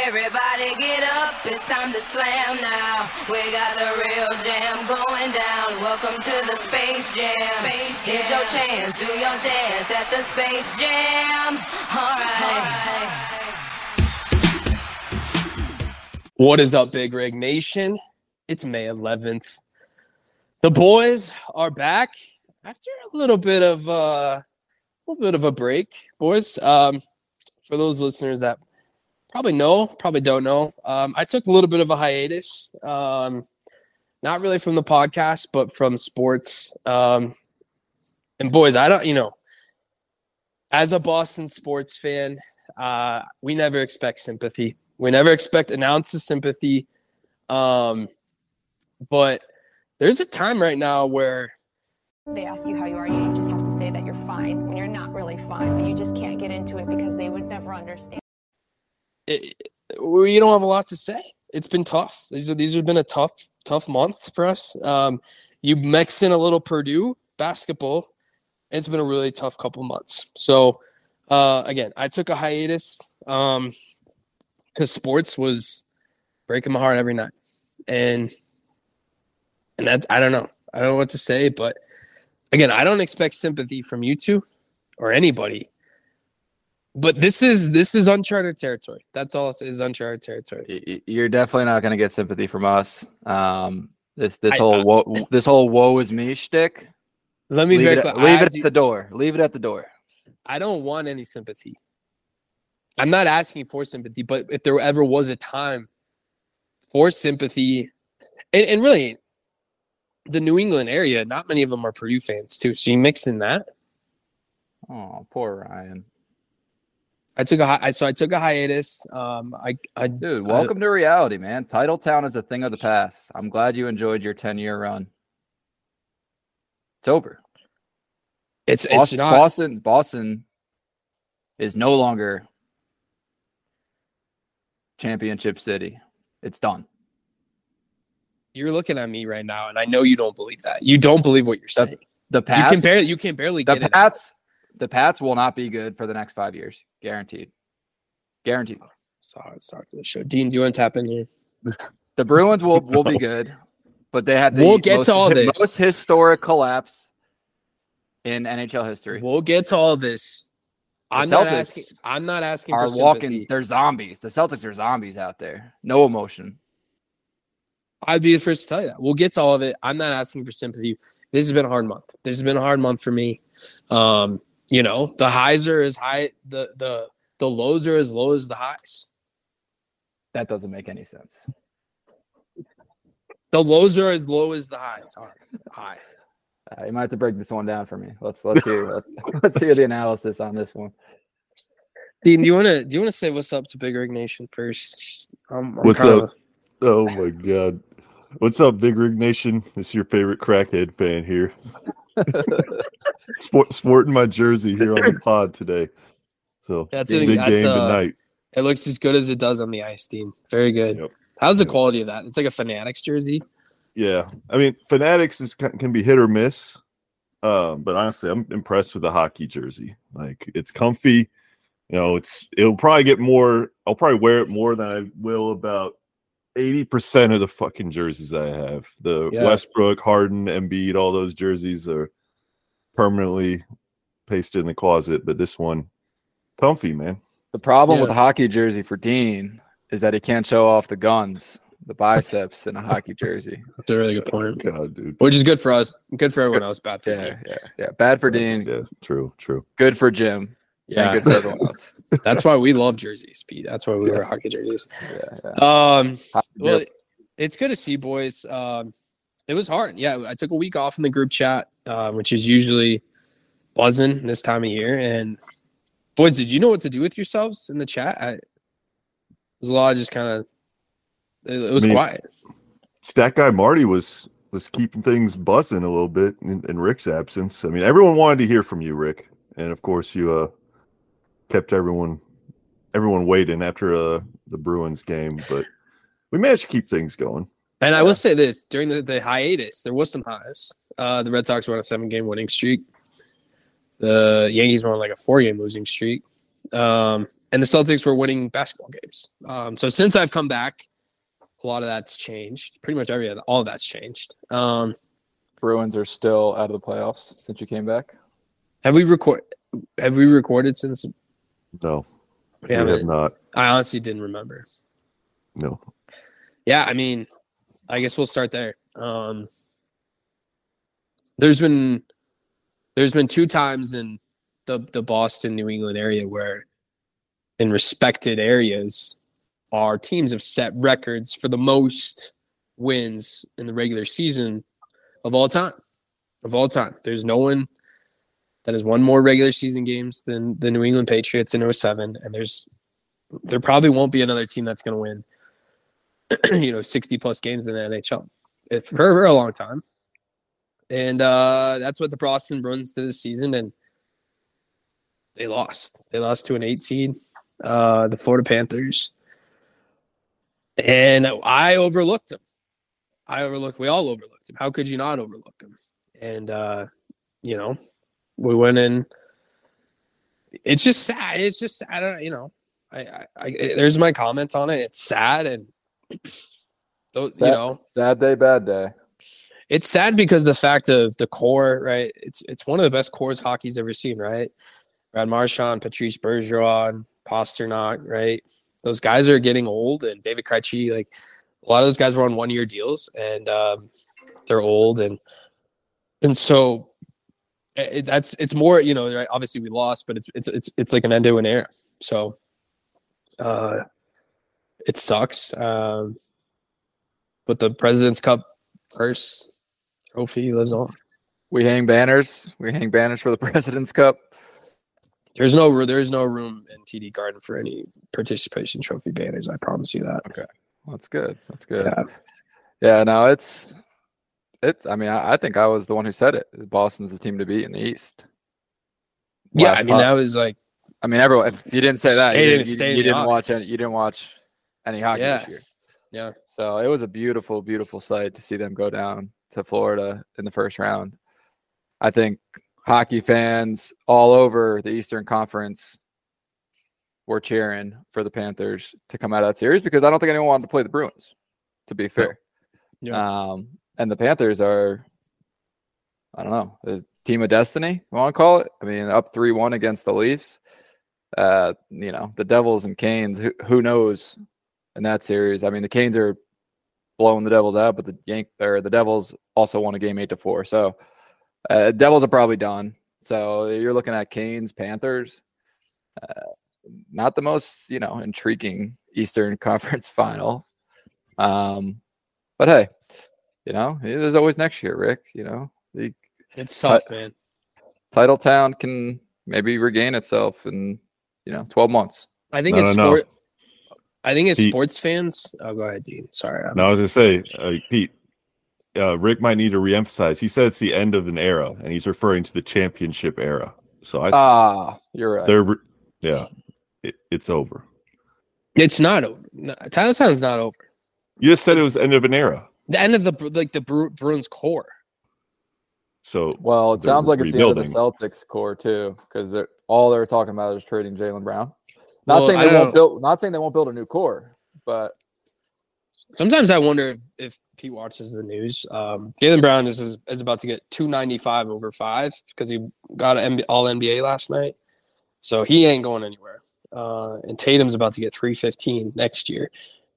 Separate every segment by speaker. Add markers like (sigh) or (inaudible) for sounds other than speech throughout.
Speaker 1: Everybody get up, it's time to slam now. We got the real jam going down. Welcome to the Space Jam. Here's your chance, do your dance at the Space Jam. Alright.
Speaker 2: What is up, Big Rig Nation? It's May 11th. The boys are back after a little bit of uh, a little bit of a break, boys. Um, for those listeners that probably know, probably don't know, um, I took a little bit of a hiatus. Um, not really from the podcast, but from sports. Um, and boys, I don't, you know, as a Boston sports fan, uh, we never expect sympathy. We never expect an ounce of sympathy. Um, but there's a time right now where
Speaker 3: They ask you how you are, you just have to say that you're fine when you're not really fine, but you just can't get into it because they would never understand.
Speaker 2: it, we don't have a lot to say. It's been tough. These are, these have been a tough tough month for us. Um, you mix in a little Purdue basketball. It's been a really tough couple months. So uh, again, I took a hiatus because sports was breaking my heart every night, and and that I don't know. I don't know what to say, but again, I don't expect sympathy from you two or anybody but this is this is uncharted territory. That's all. It is uncharted territory.
Speaker 4: Y- y- You're definitely not going to get sympathy from us. Um, this this
Speaker 2: I-
Speaker 4: whole wo- this whole woe is me shtick.
Speaker 2: Let me
Speaker 4: Leave,
Speaker 2: be very
Speaker 4: it,
Speaker 2: clear.
Speaker 4: at, leave
Speaker 2: I,
Speaker 4: it at
Speaker 2: do,
Speaker 4: the door. Leave it at the door.
Speaker 2: I don't want any sympathy. I'm not asking for sympathy, but if there ever was a time for sympathy, and, and really, the New England area, not many of them are Purdue fans too. So you mix in that.
Speaker 4: Oh, poor Ryan,
Speaker 2: I took a hi- I so I took a hiatus. Um, I I
Speaker 4: dude. Welcome to reality, man. Titletown is a thing of the past. I'm glad you enjoyed your 10 year run. It's over.
Speaker 2: it's it's
Speaker 4: Boston,
Speaker 2: not
Speaker 4: Boston, Boston is no longer championship city. It's done.
Speaker 2: you're looking at me right now, and I know you don't believe that. You don't believe what you're
Speaker 4: The
Speaker 2: saying.
Speaker 4: The
Speaker 2: you
Speaker 4: past
Speaker 2: can barely you can barely
Speaker 4: the
Speaker 2: get it. out.
Speaker 4: Pats, the Pats will not be good for the next five years, guaranteed. Guaranteed.
Speaker 2: Sorry, sorry for the show. Dean, do you want to tap in here?
Speaker 4: The Bruins will
Speaker 2: (laughs)
Speaker 4: will be good, but they had the
Speaker 2: We'll get to
Speaker 4: most,
Speaker 2: all
Speaker 4: the
Speaker 2: this.
Speaker 4: most historic collapse in NHL history.
Speaker 2: We'll get to all this.
Speaker 4: The
Speaker 2: I'm not
Speaker 4: Celtics
Speaker 2: asking. I'm not asking
Speaker 4: Are
Speaker 2: for
Speaker 4: walking?
Speaker 2: sympathy.
Speaker 4: They're zombies. The Celtics are zombies out there. No emotion.
Speaker 2: I'd be the first to tell you that. We'll get to all of it. I'm not asking for sympathy. This has been a hard month. This has been a hard month for me. Um, you know, the highs are as high. The the the lows are as low as the highs.
Speaker 4: That doesn't make any sense.
Speaker 2: The lows are as low as the highs. All right. High.
Speaker 4: Uh, you might have to break this one down for me. Let's let's hear let's,
Speaker 2: (laughs)
Speaker 4: let's hear the analysis on this one.
Speaker 2: Dean, do you want to do you want to say what's up to Big Rig Nation first? Um, I'm
Speaker 5: What's
Speaker 2: kinda-
Speaker 5: up? Oh my god. What's up, Big Rig Nation? It's your favorite crackhead
Speaker 2: (laughs)
Speaker 5: fan here. Sport, sporting my jersey here on the pod today. So
Speaker 2: That's
Speaker 5: big
Speaker 2: it. That's,
Speaker 5: game
Speaker 2: uh,
Speaker 5: tonight.
Speaker 2: It looks as good as it does on the ice, Dean. Very good.
Speaker 5: Yep.
Speaker 2: How's the
Speaker 5: Yep.
Speaker 2: quality of that? It's like a Fanatics jersey.
Speaker 5: Yeah, I mean, Fanatics is can can be hit or miss, um, but honestly, I'm impressed with the hockey jersey. Like, it's comfy. You know, it's it'll probably get more. I'll probably wear it more than I will about eighty percent of the fucking jerseys I have. The
Speaker 2: Yeah.
Speaker 5: Westbrook, Harden, Embiid, all those jerseys are permanently pasted in the closet. But this one, comfy, man.
Speaker 4: The problem with
Speaker 2: Yeah.
Speaker 4: a hockey jersey for Dean is that he can't show off the guns, the biceps in
Speaker 2: (laughs)
Speaker 4: a hockey jersey.
Speaker 2: That's a really good point.
Speaker 5: God, dude.
Speaker 2: Which is good for us. Good for everyone else. Bad for
Speaker 4: Yeah,
Speaker 2: Dean.
Speaker 4: yeah, yeah. Bad for Dean,
Speaker 5: Yeah, true, true.
Speaker 4: good for Jim, yeah. and good for everyone (laughs) else.
Speaker 2: That's why we love jerseys, Pete. That's why we wear hockey jerseys.
Speaker 4: Yeah, yeah.
Speaker 2: Um,
Speaker 4: Hockey
Speaker 2: well,
Speaker 4: Jim.
Speaker 2: it's good to see, boys. Um, it was hard. Yeah, I took a week off in the group chat, uh, which is usually buzzing this time of year. And boys, did you know what to do with yourselves in the chat? I, it was a lot of just kind of. It, it was
Speaker 5: Me-
Speaker 2: quiet.
Speaker 5: Stat guy Marty was was keeping things buzzing a little bit in, in Rick's absence. I mean, everyone wanted to hear from you, Rick, and of course you uh kept everyone everyone waiting after uh the Bruins game, but we managed to keep things going.
Speaker 2: And I will say this during the, the hiatus, there was some highs. Uh, the Red Sox were on a seven game winning streak. The Yankees were on like a four game losing streak. Um, and the Celtics were winning basketball games. Um, so since I've come back, a lot of that's changed. Pretty much every all of that's changed. Um,
Speaker 4: Bruins are still out of the playoffs since you came back.
Speaker 2: have we record? Have we recorded since?
Speaker 5: No,
Speaker 2: We
Speaker 5: we have
Speaker 2: haven't.
Speaker 5: not.
Speaker 2: I honestly didn't remember.
Speaker 5: No,
Speaker 2: yeah i mean i guess we'll start there um there's been there's been two times in the the boston new england area where in respected areas our teams have set records for the most wins in the regular season of all time of all time there's no one that has won more regular season games than the new england patriots in 07 and there's there probably won't be another team that's going to win (clears throat) you know 60 plus games in the NHL It's for, for a long time. And uh, that's what the Boston Bruins did this season, and they lost. They lost to an eight seed, uh, the Florida Panthers, and I overlooked them. I overlooked. We all overlooked them. How could you not overlook them? And uh, you know, we went in. It's just sad. It's just sad. I don't. You know, I, I, I there's my comments on it. It's sad, and (clears throat) those,
Speaker 4: Sad,
Speaker 2: you know,
Speaker 4: sad day, bad day.
Speaker 2: it's sad because the fact of the core, right? It's it's one of the best cores hockey's ever seen, right? Brad Marchand, Patrice Bergeron, Pasternak, right? Those guys are getting old, and David Krejci, like a lot of those guys were on one-year deals, and um, they're old, and and so i- it, that's it's more, you know, right? Obviously, we lost, but it's it's it's it's like an end to an era, so uh, it sucks. Um, but the President's Cup curse trophy lives on.
Speaker 4: We hang banners. We hang banners for the (laughs) President's Cup.
Speaker 2: There's no ru- there's no room in TD Garden for any participation trophy banners. I promise you that.
Speaker 4: Okay. Well, that's good. That's good.
Speaker 2: Yeah.
Speaker 4: Yeah, no, it's it's. I mean, I, I think I was the one who said it. Boston's the team to beat in the East.
Speaker 2: Yeah.
Speaker 4: Last
Speaker 2: I mean,
Speaker 4: pod-
Speaker 2: that was like
Speaker 4: I mean, everyone. If you didn't say that,
Speaker 2: Stay
Speaker 4: you,
Speaker 2: in-
Speaker 4: didn't- you,
Speaker 2: stay in
Speaker 4: you
Speaker 2: the
Speaker 4: didn't watch any.
Speaker 2: audience.
Speaker 4: You didn't watch any hockey
Speaker 2: Yeah.
Speaker 4: this year.
Speaker 2: Yeah.
Speaker 4: So it was a beautiful, beautiful sight to see them go down to Florida in the first round. I think hockey fans all over the Eastern Conference were cheering for the Panthers to come out of that series because I don't think anyone wanted to play the Bruins. To be fair. Um, and the Panthers are, I don't know, the team of destiny, you want to call it? I mean, up 3 1 against the Leafs. Uh, you know, the Devils and Canes, who, who knows in that series? I mean, the Canes are blowing the Devils out, but the Yank or the Devils also won a game 8 to 4. So, uh, Devils are probably done. So, you're looking at Canes, Panthers. Uh, not the most, you know, intriguing Eastern (laughs) Conference final. Um, but hey, you know, eh, there's always next year, Rick. You know, the
Speaker 2: it's tough, man.
Speaker 4: title town can maybe regain itself in you know 12 months.
Speaker 2: I think
Speaker 5: No,
Speaker 2: it's
Speaker 5: no, no.
Speaker 2: sport. I think it's
Speaker 5: He-
Speaker 2: sports fans. Oh, go ahead, Dean. Sorry. I'm-
Speaker 5: no. I was gonna say, uh, Pete, uh, Rick might need to reemphasize. He said it's the end of an era, and he's referring to the championship era. So I,
Speaker 4: Ah, you're right.
Speaker 5: they're, re- yeah, it, it's over.
Speaker 2: it's not over. No, Title Town's not over.
Speaker 5: You just said it was the end of an era.
Speaker 2: The end of the Bru- like the Bru- Bruins core.
Speaker 5: So
Speaker 4: Well, it
Speaker 5: they're
Speaker 4: sounds like it's the end of the
Speaker 5: rebuilding.
Speaker 4: Celtics core too, because they're all they're talking about is trading Jalen Brown. Not
Speaker 2: Well,
Speaker 4: saying
Speaker 2: I
Speaker 4: they
Speaker 2: don't
Speaker 4: won't
Speaker 2: know.
Speaker 4: build. Not saying they won't build a new core, but
Speaker 2: Sometimes I wonder if, if Pete watches the news. Um, Jalen Brown is, is is about to get two ninety five over five because he got an MB All NBA last night, so he ain't going anywhere. Uh, and Tatum's about to get three fifteen next year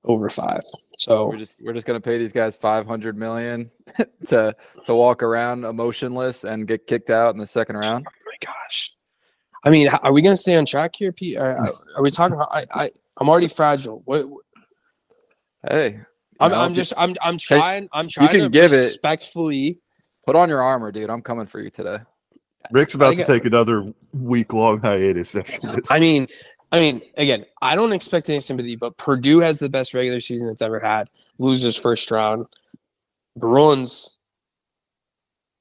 Speaker 2: over five. So
Speaker 4: we're just we're just gonna pay these guys 500 million (laughs) to to walk around emotionless and get kicked out in the second round.
Speaker 2: my gosh. I mean, h- are we gonna stay on track here, Pete? Are, are- are we talking? About, I I I'm already fragile. What,
Speaker 4: Hey, you
Speaker 2: I'm,
Speaker 4: know, if
Speaker 2: I'm
Speaker 4: you-
Speaker 2: just I'm I'm trying I'm trying
Speaker 4: can
Speaker 2: to
Speaker 4: give it-
Speaker 2: respectfully.
Speaker 4: put on your armor, dude. I'm coming for you today.
Speaker 5: Rick's about to
Speaker 2: got-
Speaker 5: take another week long hiatus after this.
Speaker 2: I mean, I mean, again, I don't expect any sympathy, but Purdue has the best regular season it's ever had. Loses first round. Bruins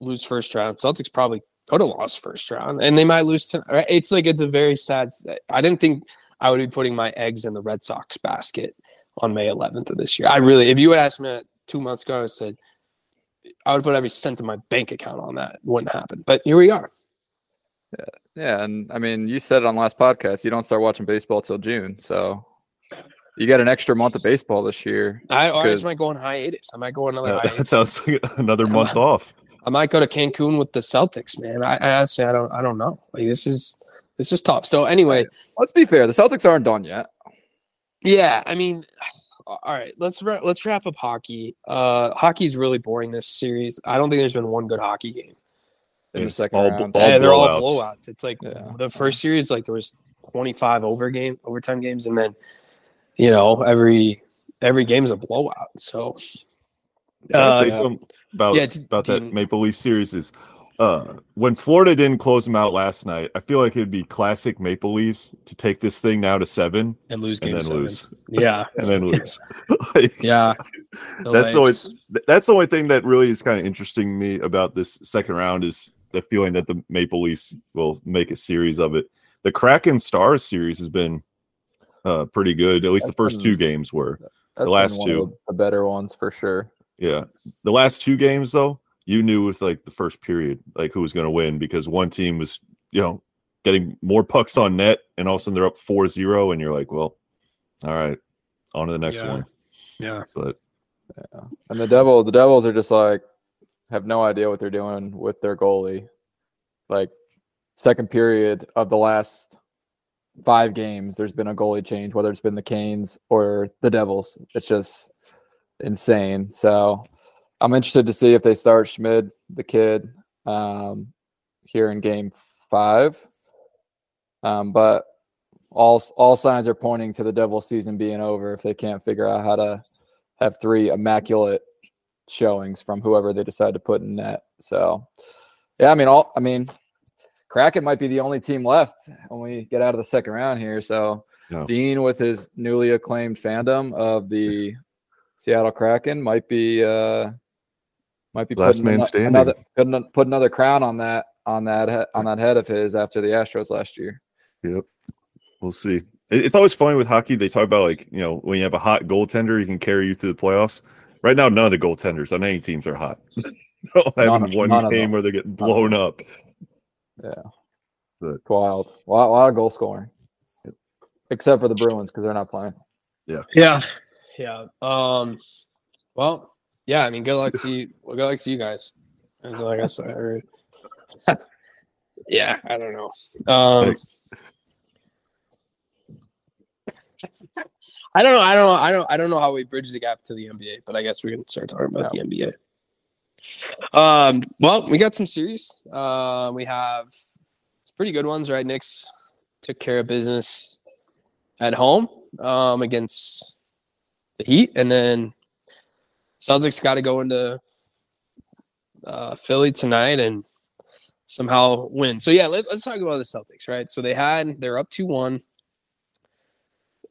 Speaker 2: lose first round. Celtics probably could have lost first round, and they might lose. tonight. right? It's like it's a very sad. s- I didn't think I would be putting my eggs in the Red Sox basket on May 11th of this year. I really, if you had asked me that two months ago, I said I would put every cent of my bank account on that. It wouldn't happen, but here we are.
Speaker 4: Yeah, and I mean, you said it on last podcast. You don't start watching baseball till June, so you got an extra month of baseball this year.
Speaker 2: I always
Speaker 4: Good.
Speaker 2: might go on hiatus. I might go on another
Speaker 5: Uh,
Speaker 2: hiatus.
Speaker 5: that sounds like (laughs) another
Speaker 2: I'm
Speaker 5: month
Speaker 2: a-
Speaker 5: off.
Speaker 2: I might go to Cancun with the Celtics, man. I, I honestly, I don't, I don't know. Like this is, this is tough. So anyway,
Speaker 4: Let's be fair. The Celtics aren't done yet.
Speaker 2: yeah. I mean, (sighs) all right. Let's wra- let's wrap up hockey. Uh, hockey's really boring this series. I don't think there's been one good hockey game.
Speaker 4: In the
Speaker 5: It's
Speaker 4: second
Speaker 5: all bu-
Speaker 4: round.
Speaker 5: all
Speaker 2: Yeah, they're all
Speaker 5: blowouts.
Speaker 2: blowouts. It's like
Speaker 4: Yeah.
Speaker 2: the first series, like there was 25 over game, overtime games, and then, you know, every every game's a blowout. So
Speaker 5: Can I
Speaker 2: Uh,
Speaker 5: say
Speaker 2: yeah.
Speaker 5: something about
Speaker 2: yeah, d-
Speaker 5: about that
Speaker 2: Dean-
Speaker 5: Maple Leaf series is uh, when Florida didn't close them out last night. I feel like it'd be classic Maple Leafs to take this thing now to seven
Speaker 2: and lose
Speaker 5: and
Speaker 2: game
Speaker 5: then
Speaker 2: seven.
Speaker 5: lose
Speaker 2: (laughs) Yeah,
Speaker 5: and (laughs) then lose. Like,
Speaker 2: yeah. The
Speaker 5: that's
Speaker 2: Leafs.
Speaker 5: always that's the only thing that really is kind of interesting to me about this second round is the feeling that the Maple Leafs will make a series of it. The Kraken Stars series has been uh, pretty good. At least the
Speaker 4: That's
Speaker 5: first
Speaker 4: been-
Speaker 5: two games were.
Speaker 4: That's been
Speaker 5: last
Speaker 4: one of
Speaker 5: two.
Speaker 4: the better ones for sure.
Speaker 5: Yeah. The last two games though, you knew with like the first period like who was going to win because one team was, you know, getting more pucks on net and all of a sudden they're up 4-0 and you're like, well, all right, on to the next
Speaker 2: Yeah.
Speaker 5: one.
Speaker 2: Yeah.
Speaker 5: But
Speaker 4: And the devil, the Devils are just like have no idea what they're doing with their goalie. Like second period of the last five games, there's been a goalie change, whether it's been the Canes or the Devils. It's just insane. So I'm interested to see if they start Schmid, the kid, um, here in Game Five. Um, but all all signs are pointing to the Devils' season being over if they can't figure out how to have three immaculate showings from whoever they decide to put in net. So, yeah, I mean, all I mean, Kraken might be the only team left when we get out of the second round here. So,
Speaker 5: Yeah.
Speaker 4: Dean with his newly acclaimed fandom of the Seattle Kraken might be uh might be
Speaker 5: Last
Speaker 4: putting
Speaker 5: man
Speaker 4: ano-
Speaker 5: standing.
Speaker 4: another putting an- put another crown on that on that he- on that head of his after the Astros last year.
Speaker 5: Yep. We'll see. It- It's always funny with hockey. They talk about like, you know, when you have a hot goaltender, he can carry you through the playoffs. Right now, none of the goaltenders on any teams are hot. (laughs) no, I
Speaker 4: None
Speaker 5: have
Speaker 4: of-
Speaker 5: one
Speaker 4: none of
Speaker 5: game
Speaker 4: them.
Speaker 5: where they get blown up.
Speaker 4: Wild, a lot, lot of goal scoring, except for the Bruins because they're not playing.
Speaker 2: Yeah. Yeah. Um well, yeah, I mean good luck to you well, good luck to you guys. That's all I guess I heard. (laughs) yeah, I don't know. Um I don't know. I don't know. I don't I don't know how we bridge the gap to the NBA, but I guess we can start talking about the NBA. Um well, we got some series. Uh we have some pretty good ones, right? Knicks took care of business at home um, against the Heat, and then Celtics got to go into uh, Philly tonight and somehow win. So yeah, let, let's talk about the Celtics, right? So they had they're up two one.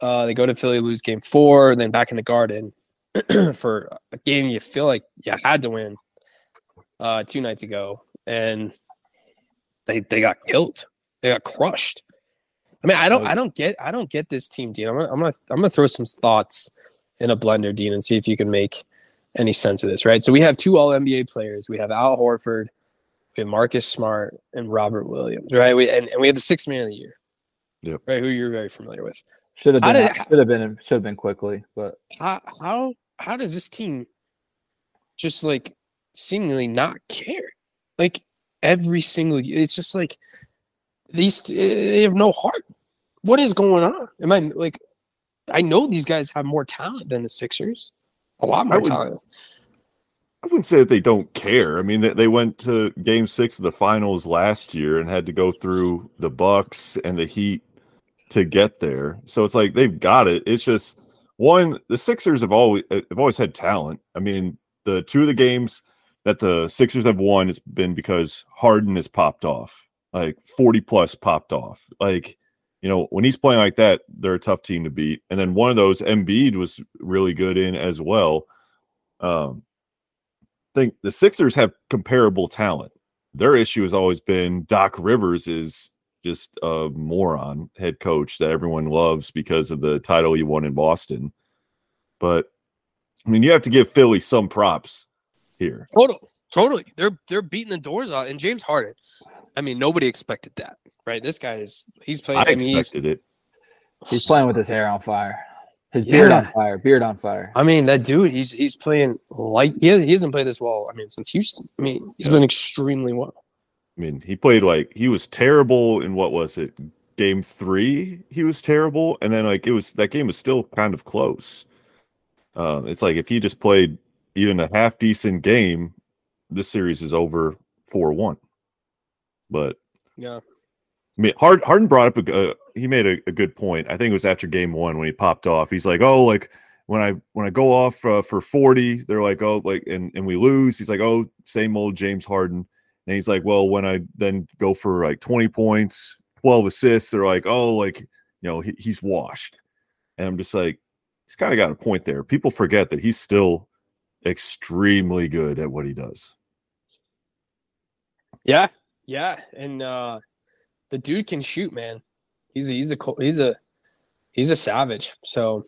Speaker 2: Uh, they go to Philly, lose game four, and then back in the Garden (clears throat) for a game you feel like you had to win uh, two nights ago, and they they got killed. They got crushed. I mean, I don't, I don't get, I don't get this team, Dean. I'm gonna, I'm gonna, I'm gonna throw some thoughts in a blender, Dean, and see if you can make any sense of this, right? So we have two All NBA players. We have Al Horford, we have Marcus Smart, and Robert Williams, right? We and, and we have the sixth man of the year,
Speaker 5: Yep.
Speaker 2: right? Who you're very familiar with.
Speaker 4: Should have
Speaker 2: How
Speaker 4: been.
Speaker 2: did-
Speaker 4: should have been. Should have been quickly, but
Speaker 2: How, how, how does this team just like seemingly not care? Like every single, it's just like these eh, they have no heart. What is going on? Am I like? I know these guys have more talent than the Sixers, a lot more
Speaker 5: would-
Speaker 2: talent.
Speaker 5: I wouldn't say that they don't care. I mean, they, they went to game six of the finals last year and had to go through the Bucks and the Heat to get there. So it's like they've got it. It's just one, the Sixers have always have always had talent. I mean, the two of the games that the Sixers have won has been because Harden has popped off. Like 40 plus popped off. Like, you know, when he's playing like that, they're a tough team to beat. And then one of those Embiid was really good in as well. Um think the Sixers have comparable talent. Their issue has always been Doc Rivers is just a moron head coach that everyone loves because of the title he won in Boston. But I mean, you have to give Philly some props here.
Speaker 2: Totally, totally. They're they're beating the doors off. And James Harden, I mean, nobody expected that, right? This guy is he's playing.
Speaker 5: I
Speaker 2: I mean, he's-
Speaker 5: expected it.
Speaker 2: (sighs)
Speaker 4: He's playing with his hair on fire. His beard on
Speaker 2: Yeah.
Speaker 4: fire. Beard on fire.
Speaker 2: I mean, that dude, he's he's playing like he, he hasn't played this well. I mean, since Houston. I mean, he's
Speaker 5: Yeah.
Speaker 2: been extremely well.
Speaker 5: I mean, he played like he was terrible in what was it? Game three, he was terrible, and then like it was that game was still kind of close. Um, it's like if he just played even a half decent game, this series is over four one. But
Speaker 2: Yeah,
Speaker 5: I mean, Hard, Harden brought up a, g- uh, he made a, a good point. I think it was after game one when he popped off. He's like, "Oh, like when I when I go off uh, for forty, they're like, oh, like and and we lose." He's like, "Oh, same old James Harden." And he's like, "Well, when I then go for like twenty points, twelve assists, they're like, oh, like you know, he, he's washed." And I'm just like, he's kind of got a point there. People forget that he's still extremely good at what he does.
Speaker 2: yeah, yeah. And uh the dude can shoot, man. He's a, he's a co- he's a he's a savage. So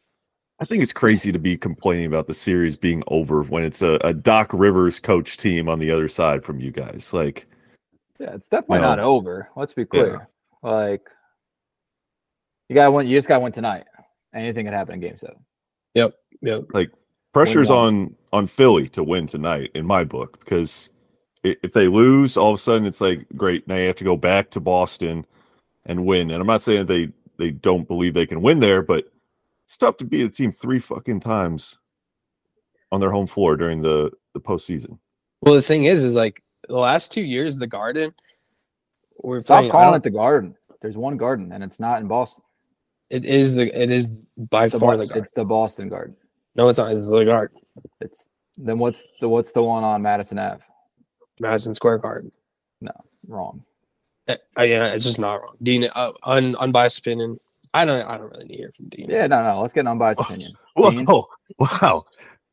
Speaker 5: I think it's crazy to be complaining about the series being over when it's a, a Doc Rivers coach team on the other side from you guys. Like,
Speaker 4: Yeah, it's definitely not
Speaker 5: No.
Speaker 4: over. Let's be clear. Like you got one you just got one tonight. Anything could happen in game seven.
Speaker 2: yeah,
Speaker 5: pressure's
Speaker 4: Win
Speaker 5: on on Philly to win tonight in my book because i- if they lose, all of a sudden it's like great. Now you have to go back to Boston and win. And I'm not saying they they don't believe they can win there, but it's tough to beat a team three fucking times on their home floor during the the postseason.
Speaker 2: Well, the thing is, is like the last two years, the Garden. We're
Speaker 4: Stop
Speaker 2: playing. I
Speaker 4: calling
Speaker 2: don't-
Speaker 4: it the garden. There's one garden and it's not in Boston.
Speaker 2: It is the. It is by
Speaker 4: It's the,
Speaker 2: far
Speaker 4: Bo-
Speaker 2: the Garden.
Speaker 4: it's the Boston Garden.
Speaker 2: No, it's not. It's the Garden,
Speaker 4: It's then what's the what's the one on Madison Ave?
Speaker 2: Madison Square Garden.
Speaker 4: Wrong.
Speaker 2: Uh, uh, yeah, it's just not wrong. Dean, uh, un, unbiased opinion. I don't. I don't really need to hear from Dean.
Speaker 4: Yeah, no, no. Let's get an unbiased
Speaker 5: Oh,
Speaker 4: opinion. Dean?
Speaker 5: Whoa, (laughs) wow,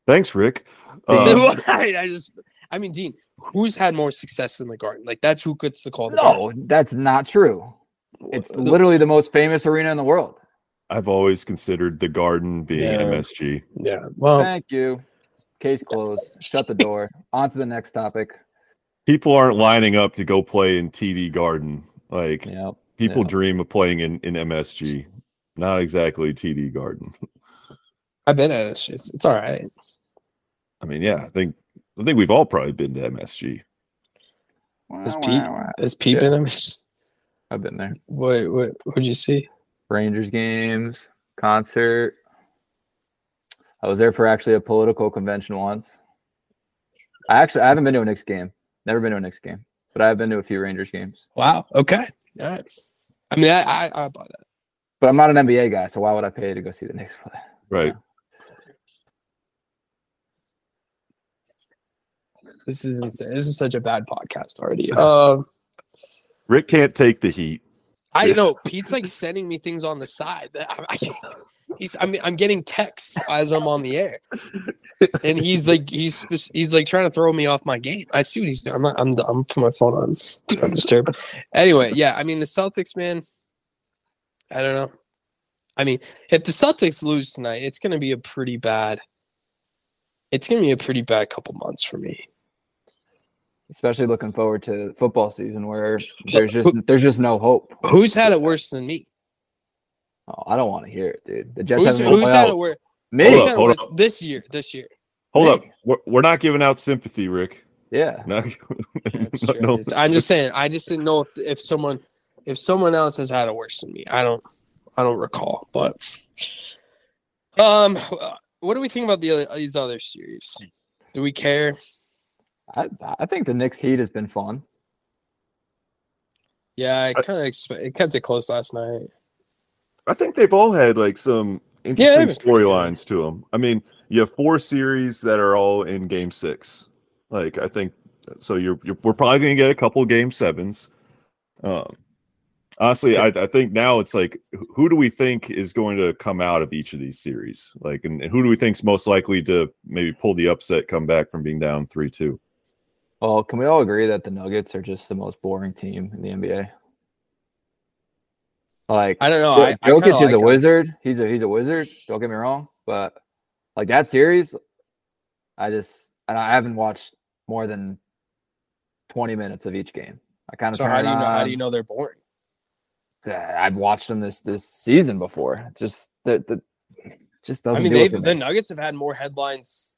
Speaker 5: thanks, Rick.
Speaker 4: Dean?
Speaker 2: (laughs)
Speaker 5: Uh,
Speaker 2: I, I just. I mean, Dean, who's had more success in the Garden? Like that's who gets the call. The
Speaker 4: No, that's not true.
Speaker 2: Garden.
Speaker 4: It's
Speaker 2: The-
Speaker 4: literally the most famous arena in the world.
Speaker 5: I've always considered the Garden being
Speaker 2: Yeah.
Speaker 5: MSG.
Speaker 2: Yeah. Well,
Speaker 4: Thank you. Case closed. Shut the (laughs) door. On to the next topic.
Speaker 5: people aren't lining up to go play in TD Garden. Like
Speaker 4: Yep.
Speaker 5: people
Speaker 4: yeah.
Speaker 5: dream of playing in, in MSG, not exactly TD Garden.
Speaker 2: I've been at it. It's, it's all right.
Speaker 5: I mean, yeah, I think I think we've all probably been to MSG.
Speaker 2: Is Pete- Is Pete been? I mean,
Speaker 4: I've been there.
Speaker 2: What? What? What'd you see?
Speaker 4: Rangers games, concert. I was there for actually a political convention once. I actually I haven't been to a Knicks game. Never been to a Knicks game, but I've been to a few Rangers games.
Speaker 2: Wow. Okay. All right. I mean, I I, I bought that.
Speaker 4: But I'm not an NBA guy, so why would I pay to go see the Knicks play?
Speaker 5: Right.
Speaker 2: This is insane. This is such a bad podcast already. Um,
Speaker 5: Rick can't take the heat.
Speaker 2: I
Speaker 5: Yeah.
Speaker 2: know Pete's like sending me things on the side. That I, I can't- (laughs) he's, I mean, I'm getting texts as I'm on the air, and he's like, he's spec- he's like trying to throw me off my game. I see what he's doing. I'm not. I'm. I'm putting my phone on. I'm disturbed. Anyway, yeah. I mean, the Celtics, man. I don't know. I mean, if the Celtics lose tonight, it's going to be a pretty bad. It's going to be a pretty bad couple months for me.
Speaker 4: Especially looking forward to football season where there's just there's just no hope.
Speaker 2: Who's had it worse than me?
Speaker 4: Oh, I don't want to hear it, dude. The Jets
Speaker 2: Who's,
Speaker 4: haven't been
Speaker 2: who's had it
Speaker 4: well.
Speaker 2: worse?
Speaker 4: Me,
Speaker 2: Who's
Speaker 5: up,
Speaker 2: had it
Speaker 5: hold
Speaker 2: worse
Speaker 5: up.
Speaker 2: this year? This year.
Speaker 5: Hold up,
Speaker 4: Hey.
Speaker 5: we're, we're not giving out sympathy, Rick. (laughs)
Speaker 4: yeah.
Speaker 5: Not, (laughs)
Speaker 4: (laughs)
Speaker 2: That's
Speaker 5: no,
Speaker 2: true.
Speaker 5: no.
Speaker 2: It's- I'm just saying. I just didn't know if, if someone, if someone else has had it worse than me. I don't, I don't recall. But, um, what do we think about the other, these other series? Do we care?
Speaker 4: I, I think the Knicks Heat has been fun.
Speaker 2: Yeah, I kind of expect. It kept it close last night.
Speaker 5: I think they've all had like some
Speaker 2: they've
Speaker 5: interesting
Speaker 2: been pretty good.
Speaker 5: storylines to them. I mean, you have four series that are all in Game Six. Like I think so. You're, you're we're probably going to get a couple Game Sevens. Um, honestly, I, I think now it's like wh- who do we think is going to come out of each of these series? Like, and, and who do we think's most likely to maybe pull the upset, come back from being down three two?
Speaker 4: Well, can we all agree that the Nuggets are just the most boring team in the NBA? Like,
Speaker 2: I don't know.
Speaker 4: Jo-
Speaker 2: I, I kinda
Speaker 4: Jokic is
Speaker 2: like
Speaker 4: a
Speaker 2: 'em.
Speaker 4: wizard. He's a he's a wizard. Don't get me wrong, but like that series, I just and I haven't watched more than twenty minutes of each game. I kind of
Speaker 2: So how do you know? How do you know they're boring?
Speaker 4: I've watched them this this season before. Just the, the just
Speaker 2: I
Speaker 4: doesn't.
Speaker 2: mean,
Speaker 4: do
Speaker 2: they
Speaker 4: it for
Speaker 2: the Nuggets have had more headlines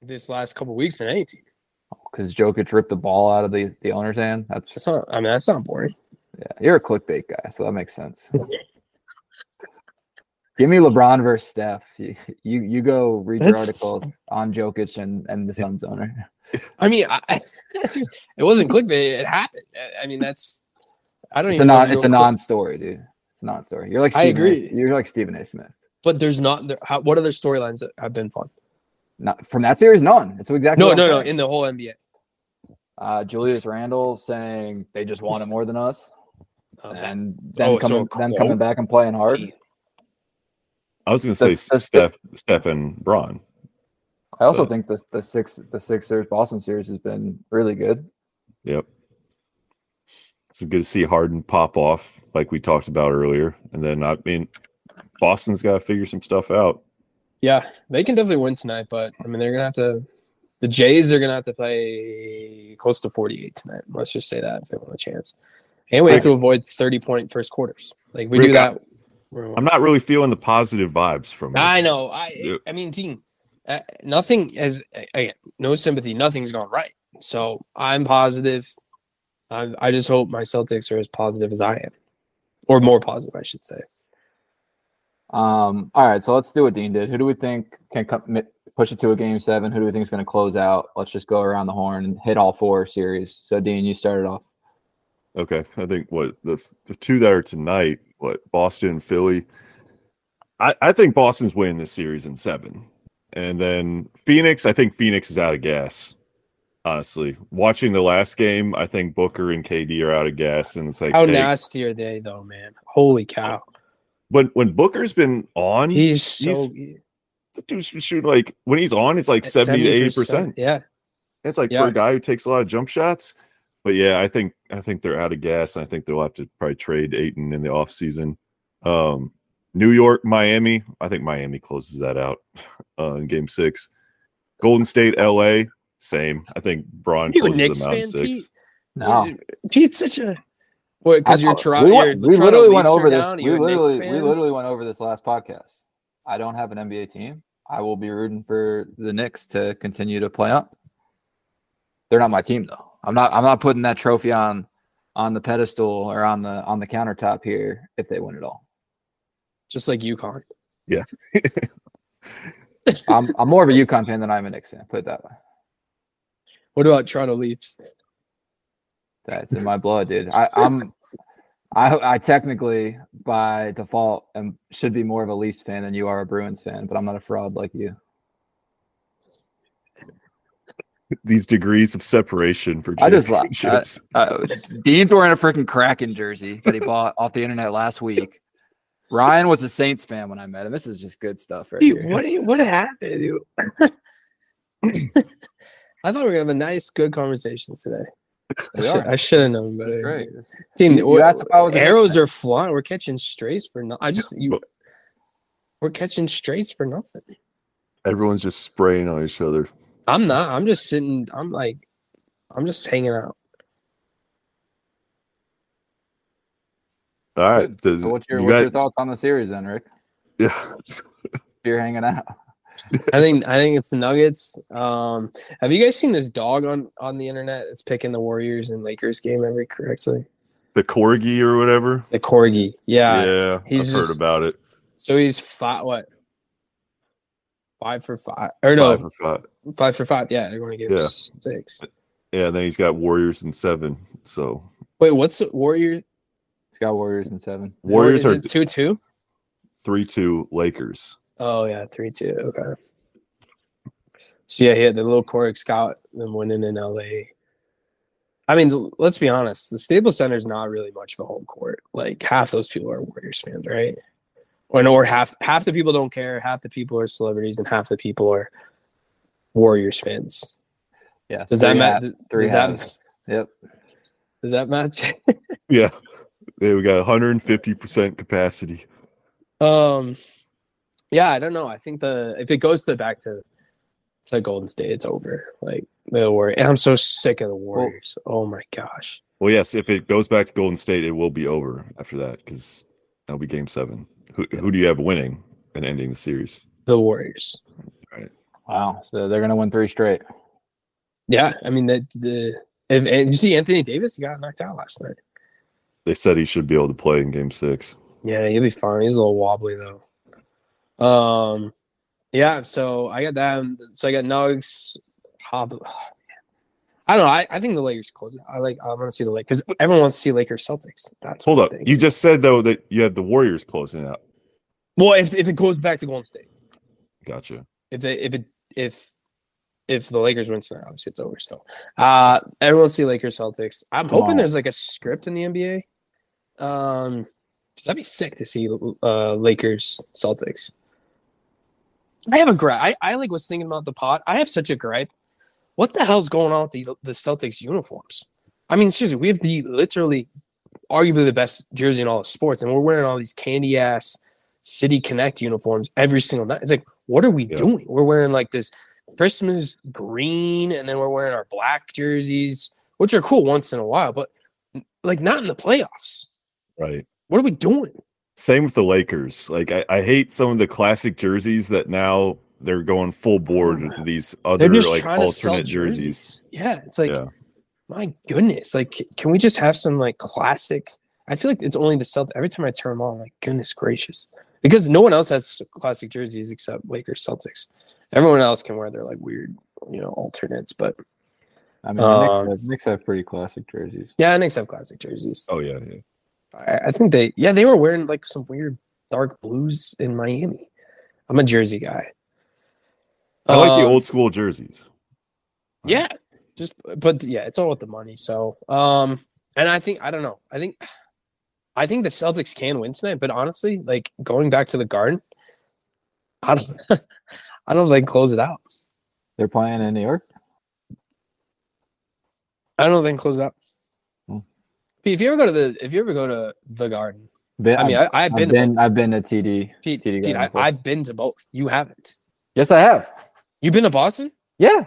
Speaker 2: this last couple weeks than any team.
Speaker 4: because Jokic ripped the ball out of the the owner's hand. That's
Speaker 2: That's not. I mean, that's not boring.
Speaker 4: yeah. You're a clickbait guy, so that makes sense. Give me LeBron versus Steph. You you, you go read your
Speaker 2: That's-
Speaker 4: articles on Jokic and and the Suns owner.
Speaker 2: I mean, I, (laughs) it wasn't clickbait. It happened. I- I mean, that's. I don't
Speaker 4: It's a
Speaker 2: even. know if
Speaker 4: non
Speaker 2: you
Speaker 4: it's a
Speaker 2: go-
Speaker 4: non-story, dude. It's a non-story. You're like
Speaker 2: I
Speaker 4: Stephen A-
Speaker 2: agree.
Speaker 4: You're like Stephen A. Smith.
Speaker 2: But there's not. There, how, what other storylines that have been fun?
Speaker 4: Not from that series, none. It's exactly
Speaker 2: No,
Speaker 4: what I'm
Speaker 2: no, no.
Speaker 4: saying.
Speaker 2: In the whole NBA.
Speaker 4: Uh, Julius Randle saying they just want it more than us,
Speaker 2: Uh,
Speaker 4: and then
Speaker 2: Oh, so
Speaker 4: coming,
Speaker 2: a
Speaker 4: then
Speaker 2: couple-
Speaker 4: coming back and playing hard.
Speaker 2: team.
Speaker 5: I was going to say
Speaker 4: That's- that's
Speaker 5: Steph, Steph and Braun.
Speaker 4: I also
Speaker 5: but-
Speaker 4: think the the six the Sixers Boston series has been really good.
Speaker 5: Yep. So good to see Harden pop off like we talked about earlier. And then I mean Boston's gotta figure some stuff out.
Speaker 2: Yeah, they can definitely win tonight, but I mean, they're gonna have to. The Jays are gonna have to play close to 48 tonight. Let's just say that if they want a chance, and we have to avoid 30 point first quarters. Like we do
Speaker 5: Rick, I-
Speaker 2: that. we're-
Speaker 5: I'm not really feeling the positive vibes from it.
Speaker 2: I know.
Speaker 5: Yeah.
Speaker 2: I I mean, team, uh, nothing has again, no sympathy. Nothing's gone right. So I'm positive. I I just hope my Celtics are as positive as I am, or more positive, I should say.
Speaker 4: Um, all right, so let's do what Dean did. Who do we think can come, mi- push it to a game seven? Who do we think is going to close out? Let's just go around the horn and hit all four series. So Dean, you started off.
Speaker 5: Okay. I think what the the two that are tonight, what Boston and Philly. I, I think Boston's winning this series in seven. And then Phoenix, I think Phoenix is out of gas. Honestly. Watching the last game, I think Booker and KD are out of gas. And it's like
Speaker 2: How
Speaker 5: hey,
Speaker 2: nasty are they, though, man? Holy cow!
Speaker 5: when when Booker's been on
Speaker 2: He's so
Speaker 5: the dude's been shooting like when he's on, it's like
Speaker 2: at
Speaker 5: 70 to 80 percent.
Speaker 2: Yeah,
Speaker 5: That's like for
Speaker 2: Yeah.
Speaker 5: a guy who takes a lot of jump shots. But yeah, I think I think they're out of gas, and I think they'll have to probably trade Aiton in the offseason. Um New York, Miami. I think Miami closes that out (laughs) uh, in game six. Golden State, LA, same. I think Braun
Speaker 2: you a
Speaker 5: closes
Speaker 2: Knicks
Speaker 5: them out in
Speaker 2: fan,
Speaker 5: six.
Speaker 2: Pete?
Speaker 4: No,
Speaker 2: Pete's such a. What? Because
Speaker 4: I
Speaker 2: you're
Speaker 4: thought-
Speaker 2: Toronto.
Speaker 4: we,
Speaker 2: you're
Speaker 4: went- we
Speaker 2: Toronto
Speaker 4: literally
Speaker 2: Leafs
Speaker 4: went
Speaker 2: are
Speaker 4: over this.
Speaker 2: down,
Speaker 4: We
Speaker 2: you're a Knicks
Speaker 4: literally, we
Speaker 2: fan.
Speaker 4: literally went over this last podcast. I don't have an NBA team. I will be rooting for the Knicks to continue to play up. They're not my team though. I'm not. I'm not putting that trophy on on the pedestal or on the on the countertop here if they win it all.
Speaker 2: just like UConn.
Speaker 4: I'm I'm more of a UConn fan than I'm a Knicks fan. Put it that way.
Speaker 2: What about Toronto Leafs?
Speaker 4: That's in my blood, dude. I, I'm I I technically by default am should be more of a Leafs fan than you are a Bruins fan, but I'm not a fraud like you.
Speaker 5: (laughs) These degrees of separation for
Speaker 4: I just
Speaker 5: Jalen
Speaker 4: lo- I-
Speaker 5: Richards.
Speaker 4: Uh, Dean's wearing a freaking Kraken jersey that he bought off the internet last week. Ryan was a Saints fan when I met him. This is just good stuff right
Speaker 2: Dude,
Speaker 4: here.
Speaker 2: what what happened? dude? (laughs) (clears throat) I thought we were gonna have a nice, good conversation today. I
Speaker 4: We
Speaker 2: should,
Speaker 4: are.
Speaker 2: I should have known
Speaker 4: This is
Speaker 2: better.
Speaker 4: great.
Speaker 2: Team,
Speaker 4: You- you
Speaker 2: we're-
Speaker 4: asked if I was a Knicks
Speaker 2: arrows
Speaker 4: fan.
Speaker 2: are flying. We're catching strays for nothing. I just you, we're catching strays for nothing.
Speaker 5: (laughs) Everyone's just spraying on each other.
Speaker 2: I'm not. I'm just sitting. I'm like, I'm just hanging out.
Speaker 5: All right. does-
Speaker 4: So what's your
Speaker 5: you
Speaker 4: what's your
Speaker 5: guys-
Speaker 4: thoughts on the series then, Rick?
Speaker 5: (laughs) Yeah.
Speaker 4: If you're hanging out.
Speaker 2: I think I think it's the Nuggets. Um, have you guys seen this dog on on the internet? It's picking the Warriors and Lakers game every correctly.
Speaker 5: The corgi or whatever.
Speaker 2: The corgi, yeah.
Speaker 5: yeah.
Speaker 2: he's
Speaker 5: I've
Speaker 2: just-
Speaker 5: heard about it.
Speaker 2: So he's five. What? Five for five, or no,
Speaker 5: Five for five.
Speaker 2: five, for five. Yeah, they're going to give
Speaker 5: Yeah.
Speaker 2: six.
Speaker 5: Yeah, and then he's got Warriors and seven. So
Speaker 2: Wait, what's the Warrior?
Speaker 4: He's got Warriors in seven.
Speaker 5: Warriors
Speaker 2: is
Speaker 5: are
Speaker 2: it two two.
Speaker 5: three two Lakers.
Speaker 2: Oh yeah, three two. Okay. So yeah, he had the little Corey Scott them winning in LA. I mean, l- let's be honest. The Staples Center is not really much of a home court. Like half those people are Warriors fans, right? Or or half half the people don't care. Half the people are celebrities, and half the people are Warriors fans.
Speaker 4: Yeah.
Speaker 2: Does that
Speaker 4: three
Speaker 2: matter?
Speaker 4: half- three
Speaker 2: does that
Speaker 4: halves. Yep.
Speaker 2: does that match? (laughs)
Speaker 5: Yeah. Yeah, we got 150% capacity.
Speaker 2: Um, yeah, I don't know. I think the if it goes to back to to Golden State, it's over. Like the Warriors, and I'm so sick of the Warriors. oh my gosh,
Speaker 5: Well, yes, if it goes back to Golden State, it will be over after that because that'll be Game Seven. Who, who do you have winning and ending the series?
Speaker 2: The Warriors.
Speaker 4: Wow. So they're gonna win three straight.
Speaker 2: Yeah, I mean that the if and you see Anthony Davis got knocked out last night.
Speaker 5: They said he should be able to play in Game Six.
Speaker 2: Yeah, he'll be fine. He's a little wobbly though. Um, yeah. So I got that. and- So I got Nuggets. Hob- (sighs) I don't know. I, I think the Lakers close. it. I like. I want to see the Lakers because everyone wants to see Lakers Celtics. That's
Speaker 5: Hold
Speaker 2: my
Speaker 5: up,
Speaker 2: thing.
Speaker 5: you just said though that you had the Warriors closing out.
Speaker 2: well if if it goes back to Golden State
Speaker 5: Gotcha.
Speaker 2: if they if it if if the Lakers win tonight, obviously it's over. Still, uh, everyone see Lakers Celtics. I'm
Speaker 4: Come
Speaker 2: hoping
Speaker 4: on.
Speaker 2: there's like a script in the NBA. Um, 'cause that'd be sick to see uh Lakers Celtics. I have a gripe. I, I like was thinking about the pot. I have such a gripe. What the hell's going on with the the Celtics uniforms? I mean, seriously, we have the literally arguably the best jersey in all of sports, and we're wearing all these candy ass City Connect uniforms every single night. It's like, what are we
Speaker 5: Yeah.
Speaker 2: doing? We're wearing like this Christmas green, and then we're wearing our black jerseys, which are cool once in a while, but like not in the playoffs.
Speaker 5: Right.
Speaker 2: What are we doing?
Speaker 5: Same with the Lakers. Like I, I hate some of the classic jerseys that now they're going full board into these other Oh, like alternate jerseys.
Speaker 2: Yeah, it's like,
Speaker 5: Yeah.
Speaker 2: my goodness, like, c- can we just have some like classic? I feel like it's only the Celtics. Every time I turn them on, like, goodness gracious, because no one else has classic jerseys except Lakers Celtics. Everyone else can wear their like weird, you know, alternates. But
Speaker 4: I mean, the Knicks
Speaker 2: Um,
Speaker 4: have- Knicks have pretty classic jerseys.
Speaker 2: yeah, Knicks have classic jerseys.
Speaker 5: Oh yeah, yeah.
Speaker 2: I, I think they, yeah, they were wearing like some weird dark blues in Miami. I'm a jersey guy.
Speaker 5: I like the
Speaker 2: Um,
Speaker 5: old school jerseys.
Speaker 2: Yeah. Just but yeah, it's all with the money. So um and I think I don't know. I think I think the Celtics can win tonight, but honestly, like going back to the garden, I don't (laughs) I don't think close it out.
Speaker 4: They're playing in New York.
Speaker 2: I don't think close it out.
Speaker 4: Hmm.
Speaker 2: Pete, if you ever go to the if you ever go to the garden,
Speaker 4: Been-
Speaker 2: I mean
Speaker 4: I've,
Speaker 2: I, I've
Speaker 4: I've
Speaker 2: been,
Speaker 4: been,
Speaker 2: to both.
Speaker 4: I've been to TD.
Speaker 2: Pete,
Speaker 4: TD
Speaker 2: Pete,
Speaker 4: Garden
Speaker 2: I,
Speaker 4: Club.
Speaker 2: I've been to both. You haven't.
Speaker 4: Yes, I have.
Speaker 2: You've been to Boston?
Speaker 4: Yeah,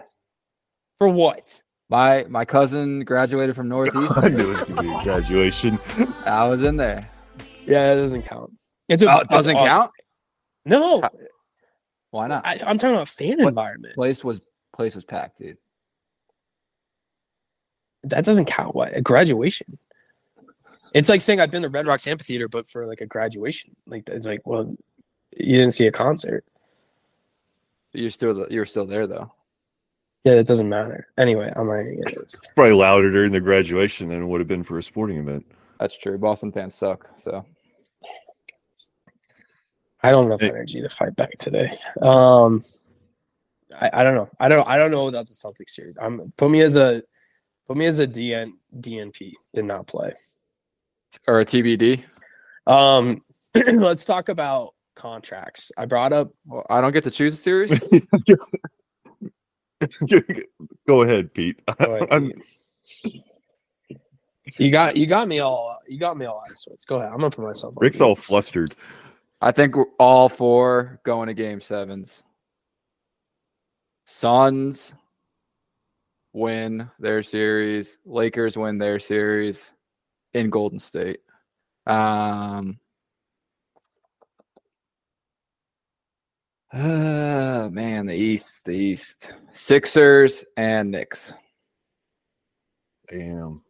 Speaker 2: For what?
Speaker 4: my my cousin graduated from
Speaker 5: (laughs) (laughs) I
Speaker 4: Northeastern.
Speaker 5: knew it was gonna be a graduation.
Speaker 4: I was in there.
Speaker 2: Yeah, it doesn't count. It's a,
Speaker 4: Oh, it
Speaker 2: it's
Speaker 4: doesn't
Speaker 2: awesome.
Speaker 4: count.
Speaker 2: No,
Speaker 4: Why not?
Speaker 2: I, I'm talking about fan
Speaker 4: What-
Speaker 2: environment.
Speaker 4: place was place was packed, dude.
Speaker 2: that doesn't count. What a graduation? It's like saying I've been to Red Rocks Amphitheater, but for like a graduation. Like it's like, well, you didn't see a concert.
Speaker 4: You're still you're still there though.
Speaker 2: Yeah, that doesn't matter. Anyway, I'm not gonna get this.
Speaker 5: It's probably louder during the graduation than it would have been for a sporting event. (laughs)
Speaker 4: That's true. Boston fans suck. So
Speaker 2: I don't have
Speaker 5: Hey.
Speaker 2: enough energy to fight back today. Um, I, I don't know. I don't. I don't know about the Celtics series. I'm put me as a put me as a DN DNP did not play.
Speaker 4: or a TBD.
Speaker 2: Um, (clears throat) let's talk about contracts. I brought up
Speaker 4: Well, I don't get to choose
Speaker 2: (laughs)
Speaker 4: a series.
Speaker 5: Go ahead, Pete. (laughs)
Speaker 2: Go
Speaker 5: (laughs) I'm-
Speaker 2: ahead. you got you got me all you got me all out of sorts. Go ahead. I'm gonna put myself. on
Speaker 5: Rick's
Speaker 2: mute.
Speaker 5: all flustered.
Speaker 4: I think we're all four going to game sevens. Suns win their series. Lakers win their series in Golden State. Um, ah, man, the East, the East. Sixers and Knicks.
Speaker 5: Damn.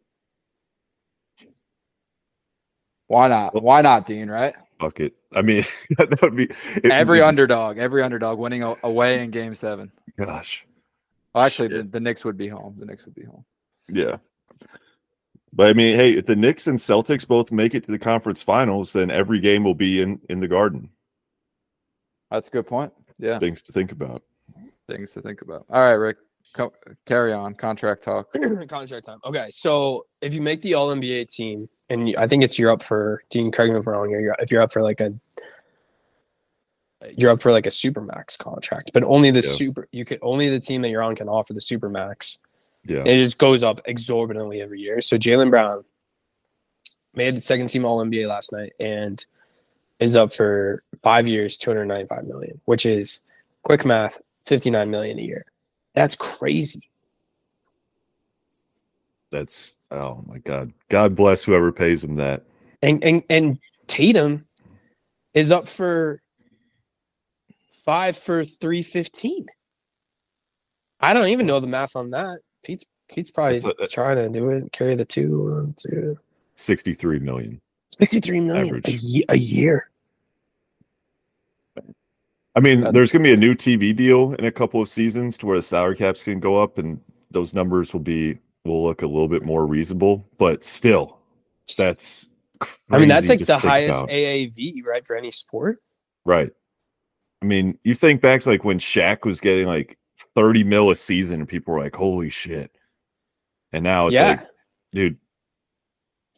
Speaker 4: Why not? Why not, Dean? Right?
Speaker 5: Fuck it. I mean, (laughs) that would be it-
Speaker 4: Every
Speaker 5: it-
Speaker 4: underdog, every underdog winning a- away in game seven.
Speaker 5: Gosh.
Speaker 4: Well, actually, the,
Speaker 5: Shit.
Speaker 4: the Knicks would be home. The Knicks would be home.
Speaker 5: Yeah. But I mean, hey, if the Knicks and Celtics both make it to the conference finals, then every game will be in in the Garden.
Speaker 4: That's a good point. Yeah,
Speaker 5: Things to think about.
Speaker 4: things to think about. All right, Rick, co- carry on. Contract talk.
Speaker 2: (clears throat) contract time. Okay, so if you make the All NBA team, and you, I think it's you're up for Dean, correct me if I'm wrong. here, You're, if you're up for like a, you're up for like a supermax contract, but only the
Speaker 5: Yeah.
Speaker 2: super you could only the team that you're on can offer the supermax.
Speaker 5: Yeah.
Speaker 2: And It just goes up exorbitantly every year. So Jalen Brown made the second team All NBA last night and is up for five years, two hundred ninety-five million, which is quick math, fifty-nine million a year. That's crazy.
Speaker 5: That's oh my god. God bless whoever pays him that.
Speaker 2: And and and Tatum is up for five for three fifteen. I don't even know the math on that. Pete's Pete's probably
Speaker 5: It's a-
Speaker 2: trying to do it. Carry the two, one, two.
Speaker 5: 63 million.
Speaker 2: 63 million a,
Speaker 5: Average.
Speaker 2: ye- a year.
Speaker 5: I mean,
Speaker 2: Uh,
Speaker 5: there's going to be a new TV deal in a couple of seasons to where the salary caps can go up and those numbers will be will look a little bit more reasonable, but still that's
Speaker 2: I mean, that's like
Speaker 5: crazy just
Speaker 2: the
Speaker 5: to think
Speaker 2: highest
Speaker 5: about.
Speaker 2: AAV, right, for any sport.
Speaker 5: Right. I mean, you think back to like when Shaq was getting like 30 mil a season and people were like, holy shit. And now Oh, it's
Speaker 2: yeah.
Speaker 5: like, dude,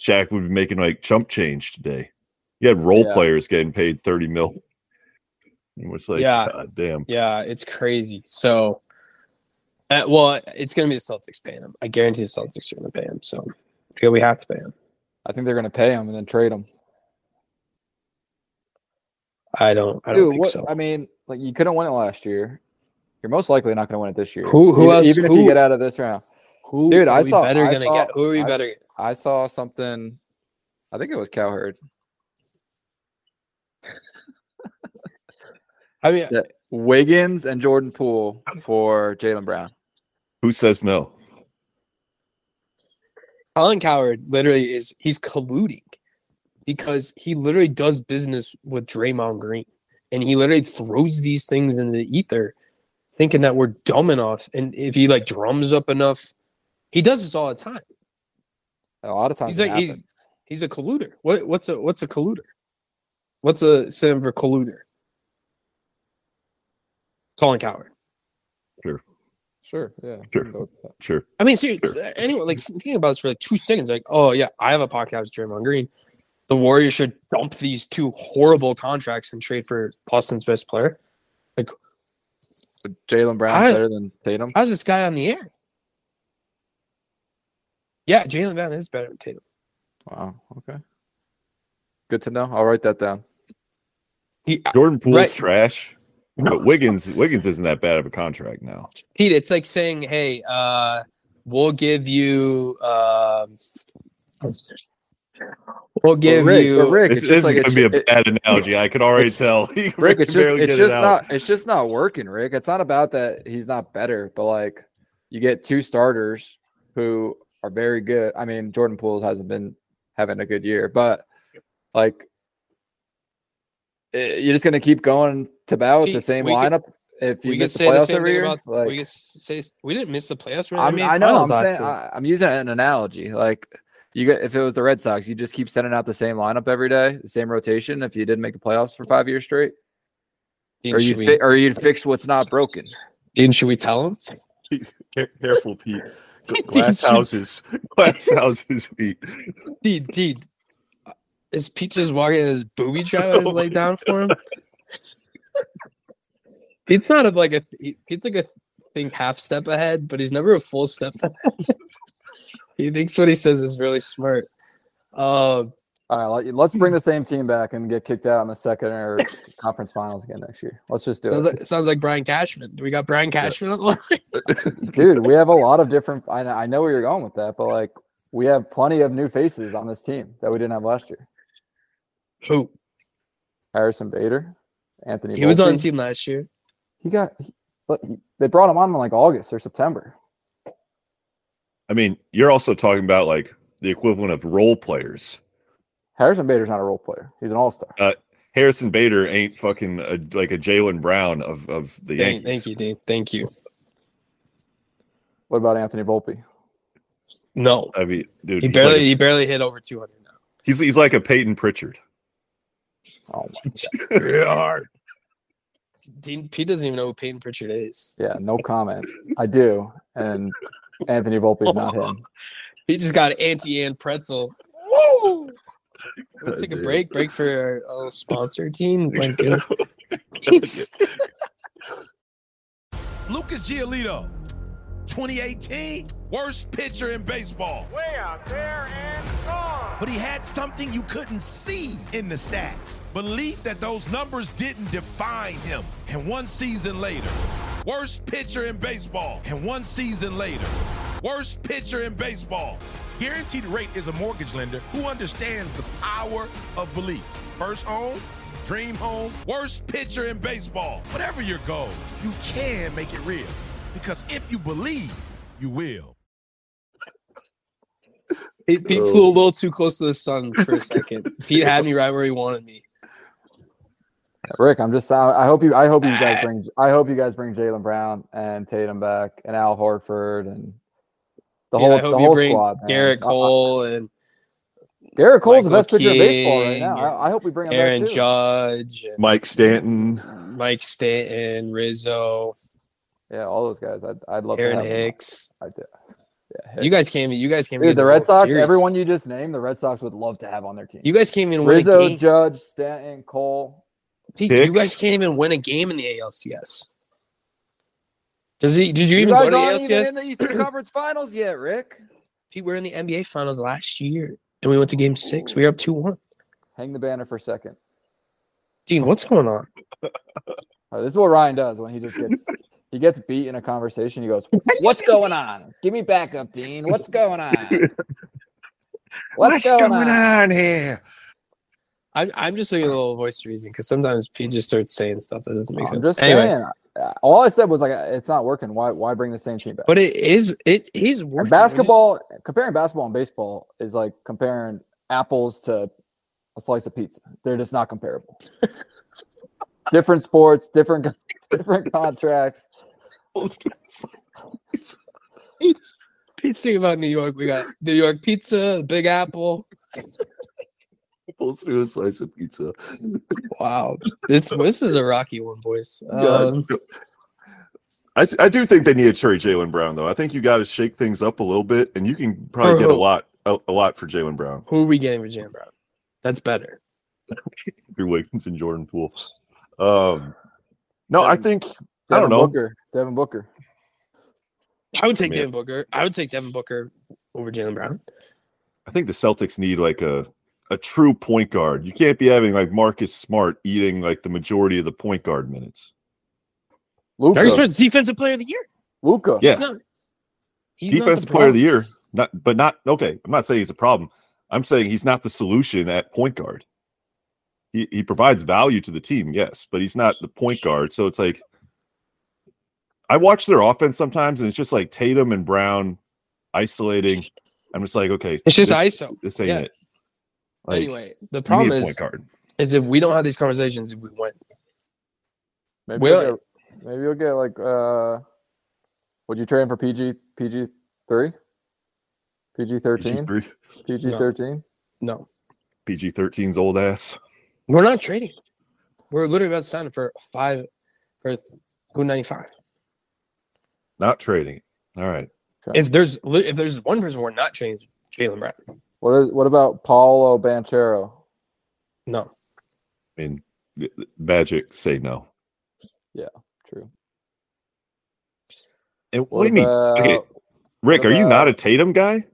Speaker 5: Shaq would be making like chump change today. You had role
Speaker 2: Yeah.
Speaker 5: players getting paid 30 mil. And it's like,
Speaker 2: Yeah.
Speaker 5: God damn.
Speaker 2: Yeah, it's crazy. So, uh, well, it's going to be the Celtics paying him. I guarantee the Celtics are going to pay him. So, yeah, we have to pay him.
Speaker 4: I think they're going to pay him and then trade him.
Speaker 2: I don't. I don't
Speaker 4: Dude,
Speaker 2: think
Speaker 4: what,
Speaker 2: so.
Speaker 4: I mean, like you couldn't win it last year. You're most likely not going to win it this year.
Speaker 2: Who- who
Speaker 4: even,
Speaker 2: else-
Speaker 4: Even if
Speaker 2: who-
Speaker 4: you get out of this round,
Speaker 2: who
Speaker 4: Dude,
Speaker 2: are
Speaker 4: I
Speaker 2: we
Speaker 4: saw-
Speaker 2: better
Speaker 4: I
Speaker 2: gonna
Speaker 4: saw-
Speaker 2: get? Who are we
Speaker 4: I
Speaker 2: better?
Speaker 4: I saw something. I think it was Cowherd.
Speaker 2: (laughs) I mean,
Speaker 4: Sa- Wiggins and Jordan Poole for Jalen Brown.
Speaker 5: Who says no?
Speaker 2: Colin Coward literally is he's colluding because he literally does business with Draymond Green and he literally throws these things into the ether thinking that we're dumb enough and if he like drums up enough he does this all the time.
Speaker 4: A lot of times
Speaker 2: He's
Speaker 4: it
Speaker 2: like he's
Speaker 4: happens.
Speaker 2: he's a colluder. What what's a what's a colluder? What's a synonym for colluder? Colin Coward.
Speaker 4: sure, yeah. uh, we
Speaker 5: Sure.
Speaker 4: can go with that.
Speaker 5: Sure.
Speaker 2: I mean, seriously, anyway, like thinking about this for like two seconds, like, oh yeah, I have a podcast with Draymond Green. The Warriors should dump these two horrible contracts and trade for Boston's best player.
Speaker 4: But Jalen Brown's
Speaker 2: I-
Speaker 4: better than Tatum.
Speaker 2: How's this guy on the air? Yeah, Jalen Brown is better than Tatum.
Speaker 4: Wow. Okay. Good to know. I'll write that down.
Speaker 2: He, I-
Speaker 5: Jordan Poole's
Speaker 2: Right.
Speaker 5: trash.
Speaker 4: (laughs)
Speaker 5: But Wiggins Wiggins isn't that bad of a contract now.
Speaker 2: Pete, it's like saying, hey, uh, we'll give you, um, we'll give
Speaker 4: Rick-
Speaker 2: you.
Speaker 4: but Rick,
Speaker 5: This
Speaker 4: it's
Speaker 5: this is
Speaker 4: just like
Speaker 5: gonna be a
Speaker 4: it-
Speaker 5: bad (laughs) analogy. I
Speaker 4: (laughs)
Speaker 5: could already tell. (laughs) He
Speaker 4: Rick, it's just
Speaker 5: can barely
Speaker 4: it's
Speaker 5: get it
Speaker 4: just
Speaker 5: out.
Speaker 4: not it's just not working, Rick. It's not about that he's not better, but like you get two starters who are very good. I mean, Jordan Poole hasn't been having a good year, but like eh, you're just gonna keep going to bow with the
Speaker 2: Pete,
Speaker 4: same
Speaker 2: we could-
Speaker 4: lineup if you
Speaker 2: we could
Speaker 4: miss the
Speaker 2: say the
Speaker 4: playoffs
Speaker 2: same
Speaker 4: every
Speaker 2: thing
Speaker 4: year.
Speaker 2: about.
Speaker 4: like,
Speaker 2: we could say we didn't miss the playoffs. We're in
Speaker 4: I'm,
Speaker 2: the NBA
Speaker 4: I know. I'm,
Speaker 2: finals last
Speaker 4: saying,
Speaker 2: year.
Speaker 4: I, am using an analogy. Like you get if it was the Red Sox, you just keep sending out the same lineup every day, the same rotation. If you didn't make the playoffs for five years straight, or
Speaker 2: Didn't
Speaker 4: you
Speaker 2: we-
Speaker 4: fi- or you'd fix what's not broken.
Speaker 2: Didn't should we tell him?
Speaker 5: Care- Careful, Pete. Gl- Glass houses. (laughs) Glass houses, Pete.
Speaker 2: Dude, dude. Is Pete just walking in his booby trap that is laid down for (laughs) him? Pete's not a, like a he- Pete's like a think half step ahead, but he's never a full step (laughs) ahead. he thinks what he says is really smart. Uh,
Speaker 4: All right, let- let's bring the same team back and get kicked out in the second or
Speaker 2: (laughs)
Speaker 4: conference finals again next year. Let's just do
Speaker 2: sounds
Speaker 4: it,
Speaker 2: like- sounds like Brian Cashman. Do we got Brian Cashman on the line?
Speaker 4: dude. We have a lot of different. I know, I know where you're going with that, but like we have plenty of new faces on this team that we didn't have last year.
Speaker 2: Who?
Speaker 4: Harrison Bader, Anthony.
Speaker 2: He was on the
Speaker 4: Volpe.
Speaker 2: team last year.
Speaker 4: He got. He, but he- they brought him on in like August or September.
Speaker 5: I mean, you're also talking about like the equivalent of role players.
Speaker 4: Harrison Bader's not a role player. He's an all star.
Speaker 5: Harrison Bader ain't fucking a, like a Jalen Brown of, of the
Speaker 2: Thank,
Speaker 5: Yankees.
Speaker 2: thank you, Dean. Thank you.
Speaker 4: What about Anthony Volpe?
Speaker 2: No,
Speaker 5: I mean, dude,
Speaker 2: he
Speaker 5: he's, barely,
Speaker 2: barely
Speaker 5: like a,
Speaker 2: he barely hit over two hundred now.
Speaker 5: he's, he's like a Peyton Pritchard.
Speaker 4: Oh, my-
Speaker 5: (laughs) Yeah.
Speaker 2: Dean, Pete doesn't even know who Peyton Pritchard is.
Speaker 4: yeah, no comment. I do, and Anthony Volpe's
Speaker 2: (laughs)
Speaker 4: not him.
Speaker 2: He just got anti and pretzel. Woo! Let's take a
Speaker 5: dude.
Speaker 2: break. Break for our little sponsor
Speaker 4: (laughs)
Speaker 2: team. Lincoln.
Speaker 6: Lucas Giolito, 2018, worst pitcher in baseball.
Speaker 7: way out there and gone.
Speaker 6: But he had something you couldn't see in the stats belief that those numbers didn't define him. And one season later, worst pitcher in baseball. And one season later, worst pitcher in baseball. Guaranteed Rate is a mortgage lender who understands the power of belief. First home, dream home, worst pitcher in baseball. Whatever your goal, you can make it real. Because if you believe, you will.
Speaker 2: Pete, Pete flew
Speaker 4: Oh.
Speaker 2: a little too close to the sun for
Speaker 4: (laughs)
Speaker 2: a second. Pete had me right where he wanted me.
Speaker 4: Rick, I'm just. I I hope you. I hope you guys bring. I hope you guys bring Jalen Brown and Tatum back and Al Horford and the
Speaker 2: Man,
Speaker 4: whole.
Speaker 2: I hope
Speaker 4: the
Speaker 2: you
Speaker 4: whole
Speaker 2: bring
Speaker 4: squad, man. Uh,
Speaker 2: Garrett
Speaker 4: I- I-
Speaker 2: Cole and
Speaker 4: Garrett Cole's the
Speaker 2: Michael
Speaker 4: best pitcher in baseball right
Speaker 2: King
Speaker 4: now.
Speaker 2: and
Speaker 4: I, I hope we bring him
Speaker 2: Aaron
Speaker 4: back too. Mm.
Speaker 2: Judge, and
Speaker 5: Mike Stanton.
Speaker 2: Mike Stanton, Rizzo,
Speaker 4: Yeah, all those guys. I'd, I'd love to
Speaker 2: Aaron
Speaker 4: have them.
Speaker 2: Hicks.
Speaker 4: I do. Yeah,
Speaker 2: You
Speaker 4: Hicks.
Speaker 2: guys came. You guys came.
Speaker 4: Dude, the Red Sox. Everyone
Speaker 2: You,
Speaker 4: you just named, the Red Sox would love to have on their team.
Speaker 2: you guys came in win a
Speaker 4: Rizzo,
Speaker 2: game.
Speaker 4: Judge, Stanton, Cole.
Speaker 2: Pete, you
Speaker 5: Hicks.
Speaker 2: guys can't even win a game in the ALCS. Does he? Did you, even
Speaker 4: guys
Speaker 2: go to the
Speaker 4: aren't even
Speaker 2: ALCS?
Speaker 4: in the
Speaker 2: (clears throat)
Speaker 4: Eastern Conference Finals yet, Rick.
Speaker 2: Pete, we were in the NBA Finals last year, and we went to Game Six. We were up two one.
Speaker 4: Hang the banner for a second.
Speaker 2: Gene, what's going on?
Speaker 4: Uh, this is what Ryan does when he just
Speaker 2: (laughs)
Speaker 4: gets he gets beat in a conversation. He goes, "What's going on? Give me backup, Dean. What's going on? What's, going, on?"
Speaker 5: here?
Speaker 2: I'm, I'm just doing a little voice reason because sometimes Pete just starts saying stuff that doesn't make
Speaker 4: I'm
Speaker 2: sense.
Speaker 4: just
Speaker 2: anyway,
Speaker 4: saying. uh, All I said was like, uh, it's not working. Why? Why bring the same team back?
Speaker 2: but it is it is working.
Speaker 4: And
Speaker 2: We just-
Speaker 4: basketball comparing basketball and baseball is like comparing apples to a slice of pizza. They're just not
Speaker 5: (laughs)
Speaker 4: comparable. different sports, different different contracts.
Speaker 2: Pete's, Pete's thinking about New York. We got New York pizza, Big Apple.
Speaker 5: Let's do a slice of pizza.
Speaker 2: Wow, this this is a rocky one, boys. Um,
Speaker 5: God. I, I do think they need to trade Jalen Brown though. I think you got to shake things up a little bit, and you can probably
Speaker 2: For
Speaker 5: get a
Speaker 2: who?
Speaker 5: lot a, a lot for Jalen Brown,
Speaker 2: who are we getting for Jam Brown? That's better.
Speaker 5: Drew Wiggins, and Jordan Poole. Um, no, I think I
Speaker 4: Devin
Speaker 5: don't know.
Speaker 4: Booker, Devin Booker.
Speaker 2: I would take
Speaker 5: Man.
Speaker 2: Devin Booker. I would take Devin Booker over Jalen Brown.
Speaker 5: I think the Celtics need like a a true point guard. You can't be having like Marcus Smart eating like the majority of the point guard minutes.
Speaker 2: Marcus
Speaker 4: Luca.
Speaker 2: Smart's defensive player of the year.
Speaker 4: Luca.
Speaker 5: Yeah.
Speaker 2: He's not, he's not the
Speaker 5: Defensive player of the
Speaker 2: problem.
Speaker 5: year, not but not okay. I'm not saying he's a problem. I'm saying he's not the solution at point guard. He he provides value to the team, yes, but he's not the point guard. So it's like I watch their offense sometimes, and it's just like Tatum and Brown isolating. I'm just like, okay,
Speaker 2: It's just
Speaker 5: this,
Speaker 2: ISO.
Speaker 5: This ain't
Speaker 2: Yeah.
Speaker 5: it. Like,
Speaker 2: anyway, the
Speaker 5: you need
Speaker 2: problem
Speaker 5: a point
Speaker 2: is,
Speaker 5: guard.
Speaker 2: is if we don't have these conversations, if we win,
Speaker 4: Maybe
Speaker 2: Well-
Speaker 4: you'll get, maybe you'll get like uh would you trade him for PG PG three? PG thirteen?
Speaker 5: PG
Speaker 4: PG thirteen?
Speaker 2: no,
Speaker 5: PG 13's old ass.
Speaker 2: we're not trading. We're literally about to sign him for five for two ninety five.
Speaker 5: Not trading. it. All right.
Speaker 2: If there's li- if there's one person we're not trading, it's Jalen Brown.
Speaker 4: What is what about Paolo Banchero?
Speaker 2: No,
Speaker 5: I mean, th- th- Magic say no.
Speaker 4: True.
Speaker 5: And what, do you mean, Okay,
Speaker 4: about-
Speaker 5: Rick? Are you
Speaker 4: about-
Speaker 5: not a Tatum guy?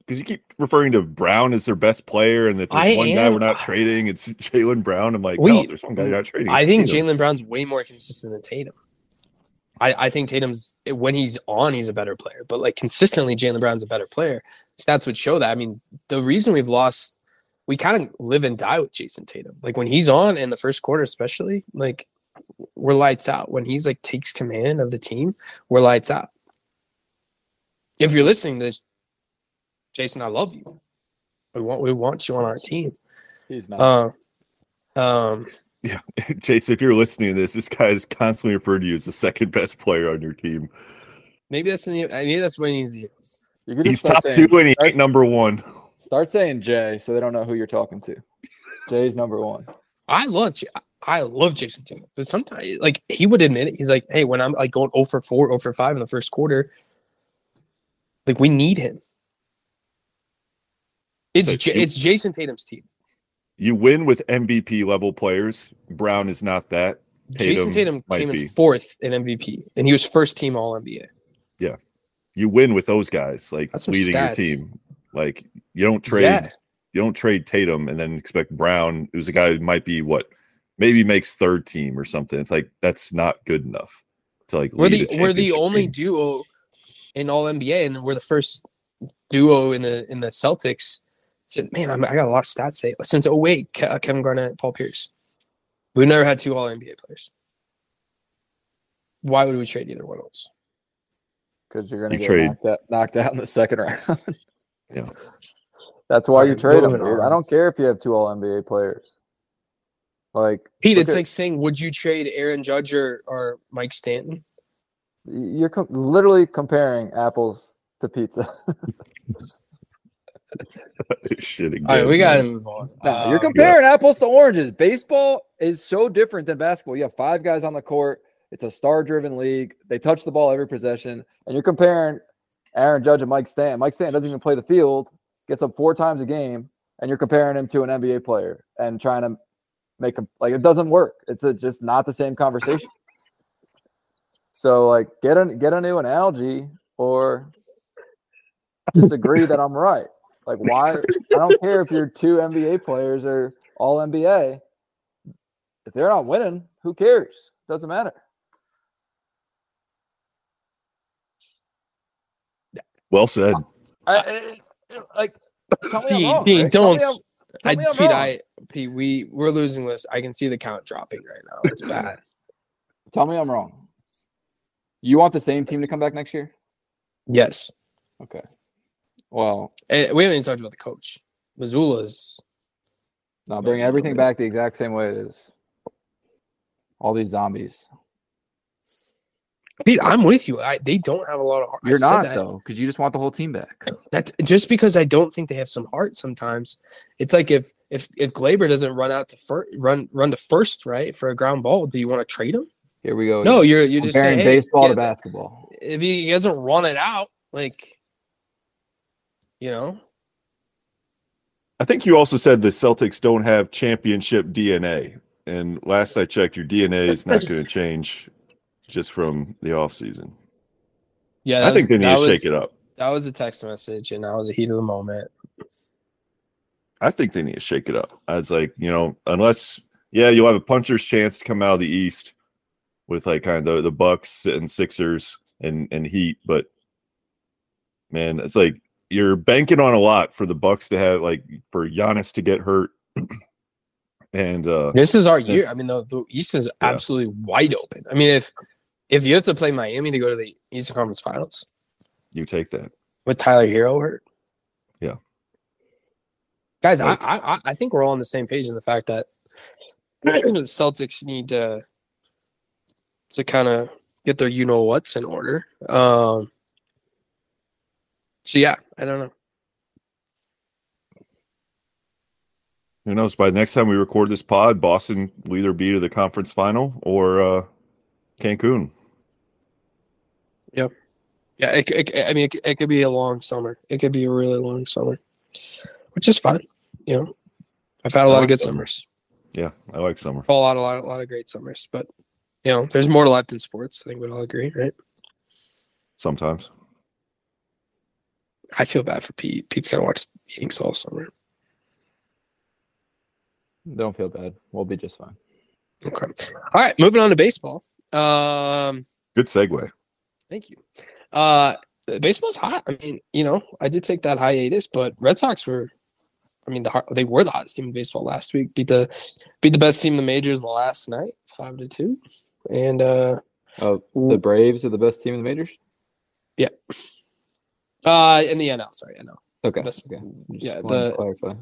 Speaker 5: Because you keep referring to Brown as their best player, and that there's
Speaker 2: I
Speaker 5: one guy
Speaker 2: am-
Speaker 5: we're not trading. It's (laughs) Jalen Brown. I'm like, no,
Speaker 2: We-
Speaker 5: there's one guy you're not trading.
Speaker 2: I
Speaker 5: it's
Speaker 2: think
Speaker 5: Tatum.
Speaker 2: Jalen Brown's way more consistent than Tatum. I, I think Tatum's when he's on, he's a better player. But like consistently, Jalen Brown's a better player. Stats would show that. I mean, the reason we've lost, we kind of live and die with Jason Tatum. Like when he's on in the first quarter, especially, like we're lights out. When he's like takes command of the team, we're lights out. If you're listening to this, Jason, I love you. We want we want you on our team.
Speaker 4: He's not.
Speaker 2: Uh, um,
Speaker 5: (laughs) Jason, if you're listening to this, this guy is constantly referred to you as the second best player on your team.
Speaker 2: maybe that's in the, maybe that's what he needs to do.
Speaker 4: you could
Speaker 5: He's
Speaker 4: just
Speaker 5: top
Speaker 4: start
Speaker 5: two,
Speaker 4: saying,
Speaker 5: and he ain't number one.
Speaker 4: Start saying Jay so they don't know who you're talking to. Jay's number one.
Speaker 2: I love Ja- I love Jason Tatum, but sometimes like he would admit it. He's like, hey, when I'm like going 0 for 4, 0 for 5 in the first quarter, like we need him. It's
Speaker 5: Like,
Speaker 2: Ja-
Speaker 5: you-
Speaker 2: it's Jason Tatum's team.
Speaker 5: You win with MVP level players. Brown is not that.
Speaker 2: Jason
Speaker 5: Tatum
Speaker 2: Tatum
Speaker 5: might
Speaker 2: came
Speaker 5: be.
Speaker 2: in fourth in MVP, and he was first team All NBA.
Speaker 5: You win with those guys, like
Speaker 2: That's some
Speaker 5: leading your
Speaker 2: stats.
Speaker 5: team. Like you don't trade
Speaker 2: Yeah,
Speaker 5: you don't trade Tatum and then expect Brown, who's a guy who might be what maybe makes third team or something. It's like that's not good enough to like.
Speaker 2: we're
Speaker 5: lead
Speaker 2: the
Speaker 5: a
Speaker 2: we're the
Speaker 5: championship
Speaker 2: only
Speaker 5: team.
Speaker 2: duo in All NBA, and we're the first duo in the in the Celtics. Said, man, I'm, I got a lot of stats say since 08, Ke- uh, Kevin Garnett, Paul Pierce. We've never had two All NBA players. Why would we trade either one of those?
Speaker 4: because you're gonna
Speaker 5: You
Speaker 4: get
Speaker 5: trade.
Speaker 4: knocked out, knocked out in the second round.
Speaker 5: (laughs) Yeah.
Speaker 4: that's why you
Speaker 2: Alright,
Speaker 4: trade them,
Speaker 2: moving
Speaker 4: dude. I
Speaker 2: on.
Speaker 4: don't care if you have two All NBA players. Like
Speaker 2: Pete,
Speaker 4: look
Speaker 2: it's
Speaker 4: at-
Speaker 2: like saying, would you trade Aaron Judge or, or Mike Stanton?
Speaker 4: you're com- literally comparing apples to pizza.
Speaker 5: Shit again.
Speaker 2: All right, we got to move on.
Speaker 4: No, you're
Speaker 2: Um,
Speaker 4: comparing apples to oranges. Baseball is so different than basketball. You have five guys on the court. It's a star-driven league. They touch the ball every possession, and you're comparing Aaron Judge and Mike Stanton. Mike Stanton doesn't even play the field, gets up four times a game, and you're comparing him to an NBA player and trying to make him like it doesn't work. It's a, just not the same conversation. So like, get a get a new analogy or disagree that I'm right. Like, why? I don't care if your two NBA players are all NBA. If they're not winning, who cares? Doesn't matter.
Speaker 5: Well said.
Speaker 4: I, I- like, tell me I'm
Speaker 2: Pete,
Speaker 4: wrong,
Speaker 2: Pete,
Speaker 4: Rick. Tell me
Speaker 2: don't.
Speaker 4: I'm-
Speaker 2: s-
Speaker 4: tell
Speaker 2: I,
Speaker 4: me I'm
Speaker 2: Pete,
Speaker 4: wrong.
Speaker 2: I, Pete, we we're losing this. I can see the count dropping right now. It's
Speaker 4: (clears throat)
Speaker 2: bad.
Speaker 4: Tell me I'm wrong. You want the same team to come back next year?
Speaker 2: yes,
Speaker 4: Okay. Well,
Speaker 2: Eh, we haven't even talked about the coach. Missoula's
Speaker 4: now bring everything back the exact same way it is. All these zombies.
Speaker 2: Pete. I'm with you. I, they don't have a lot of heart. I
Speaker 4: You're
Speaker 2: said
Speaker 4: not
Speaker 2: that.
Speaker 4: though, because you just want the whole team back.
Speaker 2: That's just because I don't think they have some heart. Sometimes it's like if if if Glaber doesn't run out to first run run to first right for a ground ball, do you want to trade him?
Speaker 4: Here we go.
Speaker 2: No,
Speaker 4: again.
Speaker 2: you're you just
Speaker 4: Oh, comparing
Speaker 2: saying hey,
Speaker 4: baseball to
Speaker 2: yeah,
Speaker 4: basketball.
Speaker 2: if he, he doesn't run it out, like you know,
Speaker 5: I think you also said the Celtics don't have championship DNA. And last I checked, your DNA is
Speaker 2: (laughs)
Speaker 5: not going to change just from the offseason.
Speaker 2: yeah.
Speaker 5: I
Speaker 2: that was-
Speaker 5: think they need
Speaker 2: that
Speaker 5: to
Speaker 2: was-
Speaker 5: shake it up.
Speaker 2: That was a text message, and that was a heat of the moment.
Speaker 5: I think they need to shake it up. I was like, you know, unless yeah, you'll have a puncher's chance to come out of the East with like kind of the, the Bucks and Sixers and and Heat, but man, it's like you're banking on a lot for the Bucks to have like for Giannis to get hurt. (clears throat) and uh
Speaker 2: This is our year. I mean, the, the East is absolutely wide open. I mean, if if you have to play Miami to go to the Eastern Conference Finals
Speaker 5: you take that.
Speaker 2: with Tyler Hero hurt,
Speaker 5: Yeah.
Speaker 2: guys,
Speaker 5: Like-
Speaker 2: I, I I- I think we're all on the same page in the fact that (clears throat) the Celtics need to to kind of get their you know what's in order. Um, so yeah, I don't know.
Speaker 5: Who knows? By the next time we record this pod, Boston will either be to the conference final or uh Cancun.
Speaker 2: Yeah, it, c- it, c- I mean, it, c- it could be a long summer. It could be a really long summer, which is fine. You know, I've had a lot of good summers.
Speaker 5: Yeah, I like summer.
Speaker 2: Fall out a lot, a lot of great summers. But you know, there's more to life than sports. I think we'd all agree, right?
Speaker 5: Sometimes.
Speaker 2: I feel bad for Pete. Pete's got to watch meetings all summer.
Speaker 4: Don't feel bad. We'll be just fine.
Speaker 2: Okay. All right, moving on to baseball. Um,
Speaker 5: Good segue.
Speaker 2: thank you. Uh, baseball's hot. I mean, you know, I did take that hiatus, but Red Sox were. I mean, the hot- they were the hottest team in baseball last week. Beat the beat the best team in the majors last night, five to two. And uh,
Speaker 4: Oh, the Braves are the best team in the majors.
Speaker 2: uh, in the NL, sorry, NL,
Speaker 4: Okay.
Speaker 2: Best-
Speaker 4: okay.
Speaker 2: yeah,
Speaker 4: wanted to
Speaker 2: the-
Speaker 4: clarify.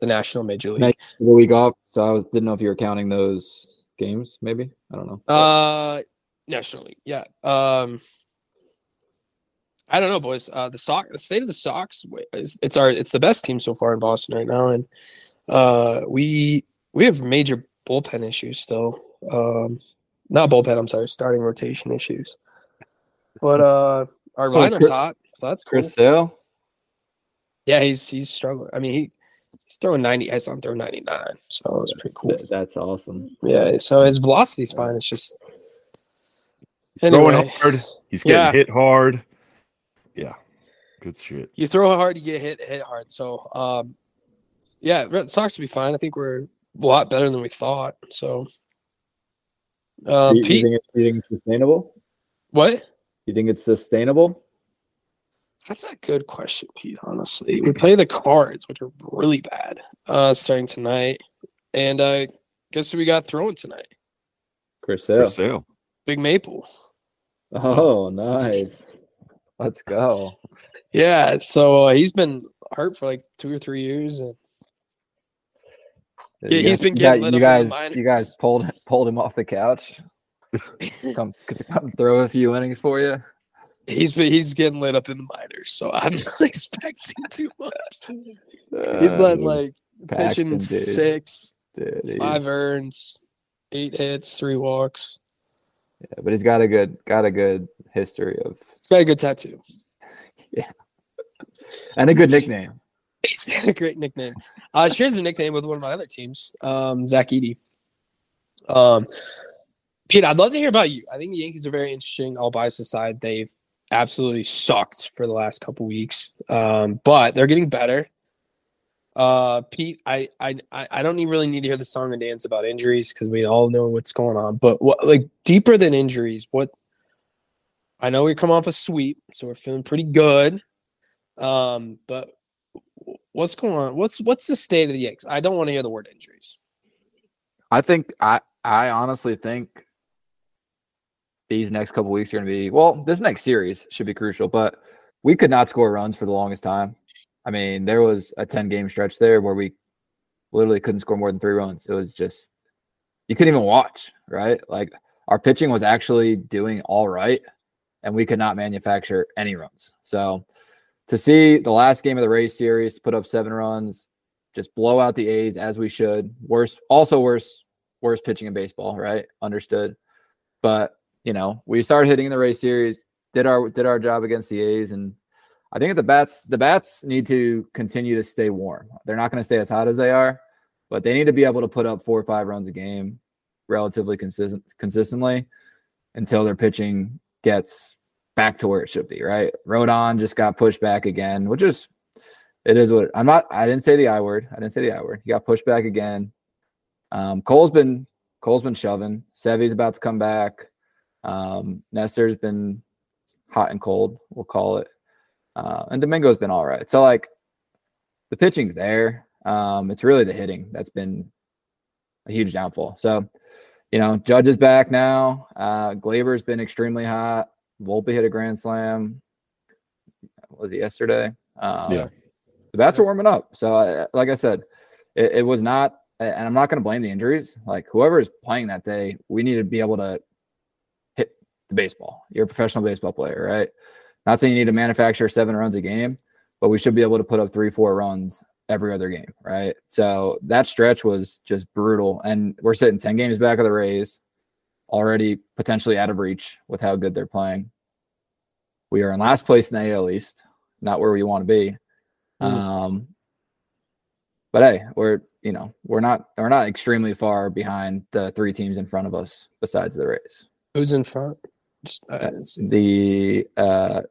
Speaker 2: the National Major League.
Speaker 4: Nice. The week off, so I was, didn't know if you were counting those games. Maybe I don't know.
Speaker 2: Uh, National League, yeah. Um, I don't know, boys. Uh, the Sox, the state of the Sox, wa- is- it's our, it's the best team so far in Boston right now, and uh, we we have major bullpen issues still. Um, not bullpen, I'm sorry, starting rotation issues. But uh, our lineup's
Speaker 4: Chris-
Speaker 2: hot, so that's cool.
Speaker 4: Chris Sale.
Speaker 2: Yeah, he's he's struggling. I mean, he, he's throwing 90. I saw him throw 99, so it was pretty cool.
Speaker 4: Th- That's awesome.
Speaker 2: Yeah, so his velocity's fine. It's just
Speaker 5: He's throwing
Speaker 2: Anyway.
Speaker 5: hard. He's getting
Speaker 2: Yeah.
Speaker 5: hit hard. Yeah. Good shit.
Speaker 2: you throw hard, you get hit hit hard. So, um, yeah, Red Sox will be fine. I think we're a lot better than we thought. So, uh,
Speaker 4: Do you, you
Speaker 2: Pete,
Speaker 4: think it- you think it's sustainable?
Speaker 2: what?
Speaker 4: You think it's sustainable?
Speaker 2: That's a good question, Pete. Honestly, we play the Cards, which are really bad, uh, starting tonight, and uh, guess who we got throwing tonight?
Speaker 8: Chris
Speaker 5: for
Speaker 8: Sale.
Speaker 5: sale.
Speaker 2: Big Maple.
Speaker 8: Oh, nice.
Speaker 4: Let's go.
Speaker 2: Yeah, so uh, he's been hurt for like two or three years, and Yeah, he's been
Speaker 4: you guys-
Speaker 2: getting lit
Speaker 4: you
Speaker 2: up in
Speaker 4: guys,
Speaker 2: the
Speaker 4: you
Speaker 2: minors.
Speaker 4: guys pulled pulled him off
Speaker 2: (laughs)
Speaker 4: the couch. come, could you come throw a few innings for you.
Speaker 2: he's been, he's getting lit up in the minors. So I'm (laughs) not expecting too much. He's led like
Speaker 4: Uh, Paxton,
Speaker 2: pitching
Speaker 4: dude.
Speaker 2: six,
Speaker 4: Dude, he's-
Speaker 2: five earns, eight hits, three walks.
Speaker 4: yeah, but he's got a good got a good history of
Speaker 2: He's got a good tattoo.
Speaker 4: and a good nickname.
Speaker 2: He's got a great nickname. I shared the nickname with one of my other teams, um, Zach Eady. Um, Pete, I'd love to hear about you. I think the Yankees are very interesting. All bias aside, they've absolutely sucked for the last couple weeks, um, but they're getting better. Uh, Pete, I, I, I I don't need, really need to hear the song and dance about injuries because we all know what's going on. But what, like deeper than injuries, what? I know we come off a sweep, so we're feeling pretty good. Um, but what's going on? What's what's the state of the Yanks? I don't want to hear the word injuries.
Speaker 4: I think I I honestly think these next couple weeks are going to be well. This next series should be crucial, but we could not score runs for the longest time. I mean, there was a ten game stretch there where we literally couldn't score more than three runs. It was just you couldn't even watch, right? Like our pitching was actually doing all right, and we could not manufacture any runs. So to see the last game of the race series put up seven runs, just blow out the A's as we should. Worse, also worse, worse pitching in baseball, right? Understood. But you know, we started hitting in the race series, did our did our job against the A's, and I think the bats the bats need to continue to stay warm. They're not going to stay as hot as they are, but they need to be able to put up four or five runs a game, relatively consistent consistently, until their pitching gets back to where it should be. Right? Rodon just got pushed back again, which is it is what I'm not. I didn't say the I word. I didn't say the I word. He got pushed back again. Um, Cole's been Cole's been shoving. Sevy's about to come back. Um, Nestor's been hot and cold. We'll call it. Uh, and Domingo's been all right. So like, the pitching's there. Um, it's really the hitting that's been a huge downfall. So, you know, Judge is back now. Uh, Glaber's been extremely hot. Volpe hit a grand slam. Was it yesterday? Um,
Speaker 5: Yeah.
Speaker 4: the bats are warming up. So, I, like I said, it, it was not, and I'm not going to blame the injuries. Like whoever is playing that day, we need to be able to hit the baseball. You're a professional baseball player, right? Not saying you need to manufacture seven runs a game, but we should be able to put up three, four runs every other game, right? So that stretch was just brutal, and we're sitting ten games back of the Rays, already potentially out of reach with how good they're playing. We are in last place in the AL East, not where we want to be.
Speaker 2: Mhm.
Speaker 4: Um, but hey, we're you know we're not we're not extremely far behind the three teams in front of us besides the Rays.
Speaker 2: Who's in front? Just, uh, I didn't see.
Speaker 4: The uh,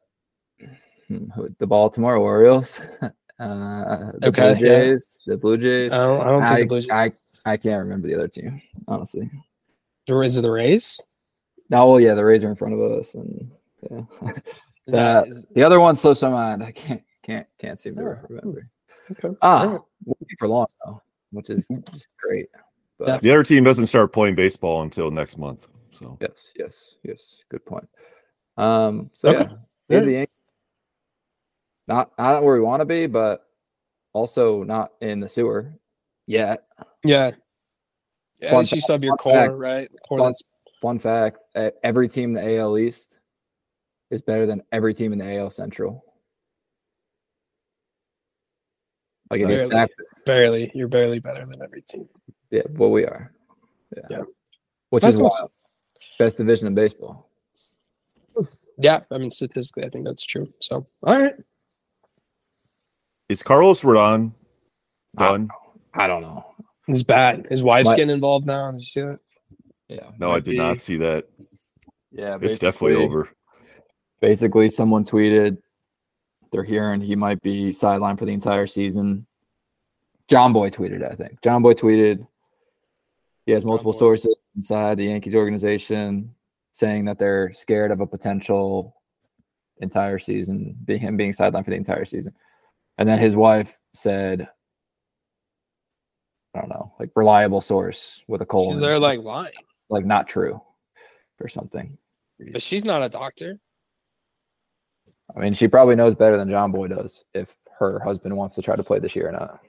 Speaker 4: hmm, who- the Baltimore Orioles, (laughs) uh, the
Speaker 2: Okay,
Speaker 4: Blue
Speaker 2: yeah.
Speaker 4: Jays, the Blue
Speaker 2: I
Speaker 4: Jays.
Speaker 2: don't, I don't think
Speaker 4: I,
Speaker 2: the Blue Jays.
Speaker 4: I I can't remember the other team honestly.
Speaker 2: Or Is it the Rays?
Speaker 4: No, well, yeah, the Rays are in front of us, and yeah. (laughs)
Speaker 2: Is that,
Speaker 4: Uh,
Speaker 2: is,
Speaker 4: the other one slips my mind. I can't can't can't seem to
Speaker 2: Oh, hmm.
Speaker 4: remember.
Speaker 2: okay.
Speaker 4: Ah,
Speaker 2: Alright.
Speaker 4: we'll be for long though, which is just great. But
Speaker 2: Yeah.
Speaker 5: The other team doesn't start playing baseball until next month. So
Speaker 4: Yes, yes, yes. Good point. Um, so
Speaker 2: Okay.
Speaker 4: yeah, maybe
Speaker 2: Yeah.
Speaker 4: the Yankees- not not where we want to be, but also not in the sewer yet.
Speaker 2: yeah. At
Speaker 4: Fun
Speaker 2: least you sub your
Speaker 4: fun fact.
Speaker 2: core, right? Core
Speaker 4: Fun-
Speaker 2: that's
Speaker 4: Fun fact: e- every team in the AL East is better than every team in the AL Central. Like it is
Speaker 2: Barely.
Speaker 4: fact-
Speaker 2: barely. You're barely better than every team.
Speaker 4: yeah, well we are, yeah,
Speaker 2: Yeah.
Speaker 4: which
Speaker 2: That's
Speaker 4: is
Speaker 2: awesome.
Speaker 4: wild. best division in baseball.
Speaker 2: Yeah, I mean statistically, I think that's true. So, all right.
Speaker 5: is Carlos Rodon done?
Speaker 4: I don't know.
Speaker 2: It's bad. His wife's
Speaker 4: My-
Speaker 2: getting involved now. Did you see that?
Speaker 4: Yeah,
Speaker 5: no, I
Speaker 4: might
Speaker 5: did
Speaker 4: be-
Speaker 5: not see that.
Speaker 4: Yeah,
Speaker 5: It's definitely
Speaker 4: basically-
Speaker 5: over.
Speaker 4: basically someone tweeted they're hearing he might be sidelined for the entire season. John Boy tweeted, I think. John Boy tweeted he has multiple
Speaker 2: Boy.
Speaker 4: sources inside the Yankees organization saying that they're scared of a potential entire season, be him being sidelined for the entire season. And then his wife said, I don't know, like reliable source with a colon.
Speaker 2: They're like lying,
Speaker 4: like not true or something.
Speaker 2: but she's not a doctor.
Speaker 4: I mean, she probably knows better than John Boy does if her husband wants to try to play this year or not.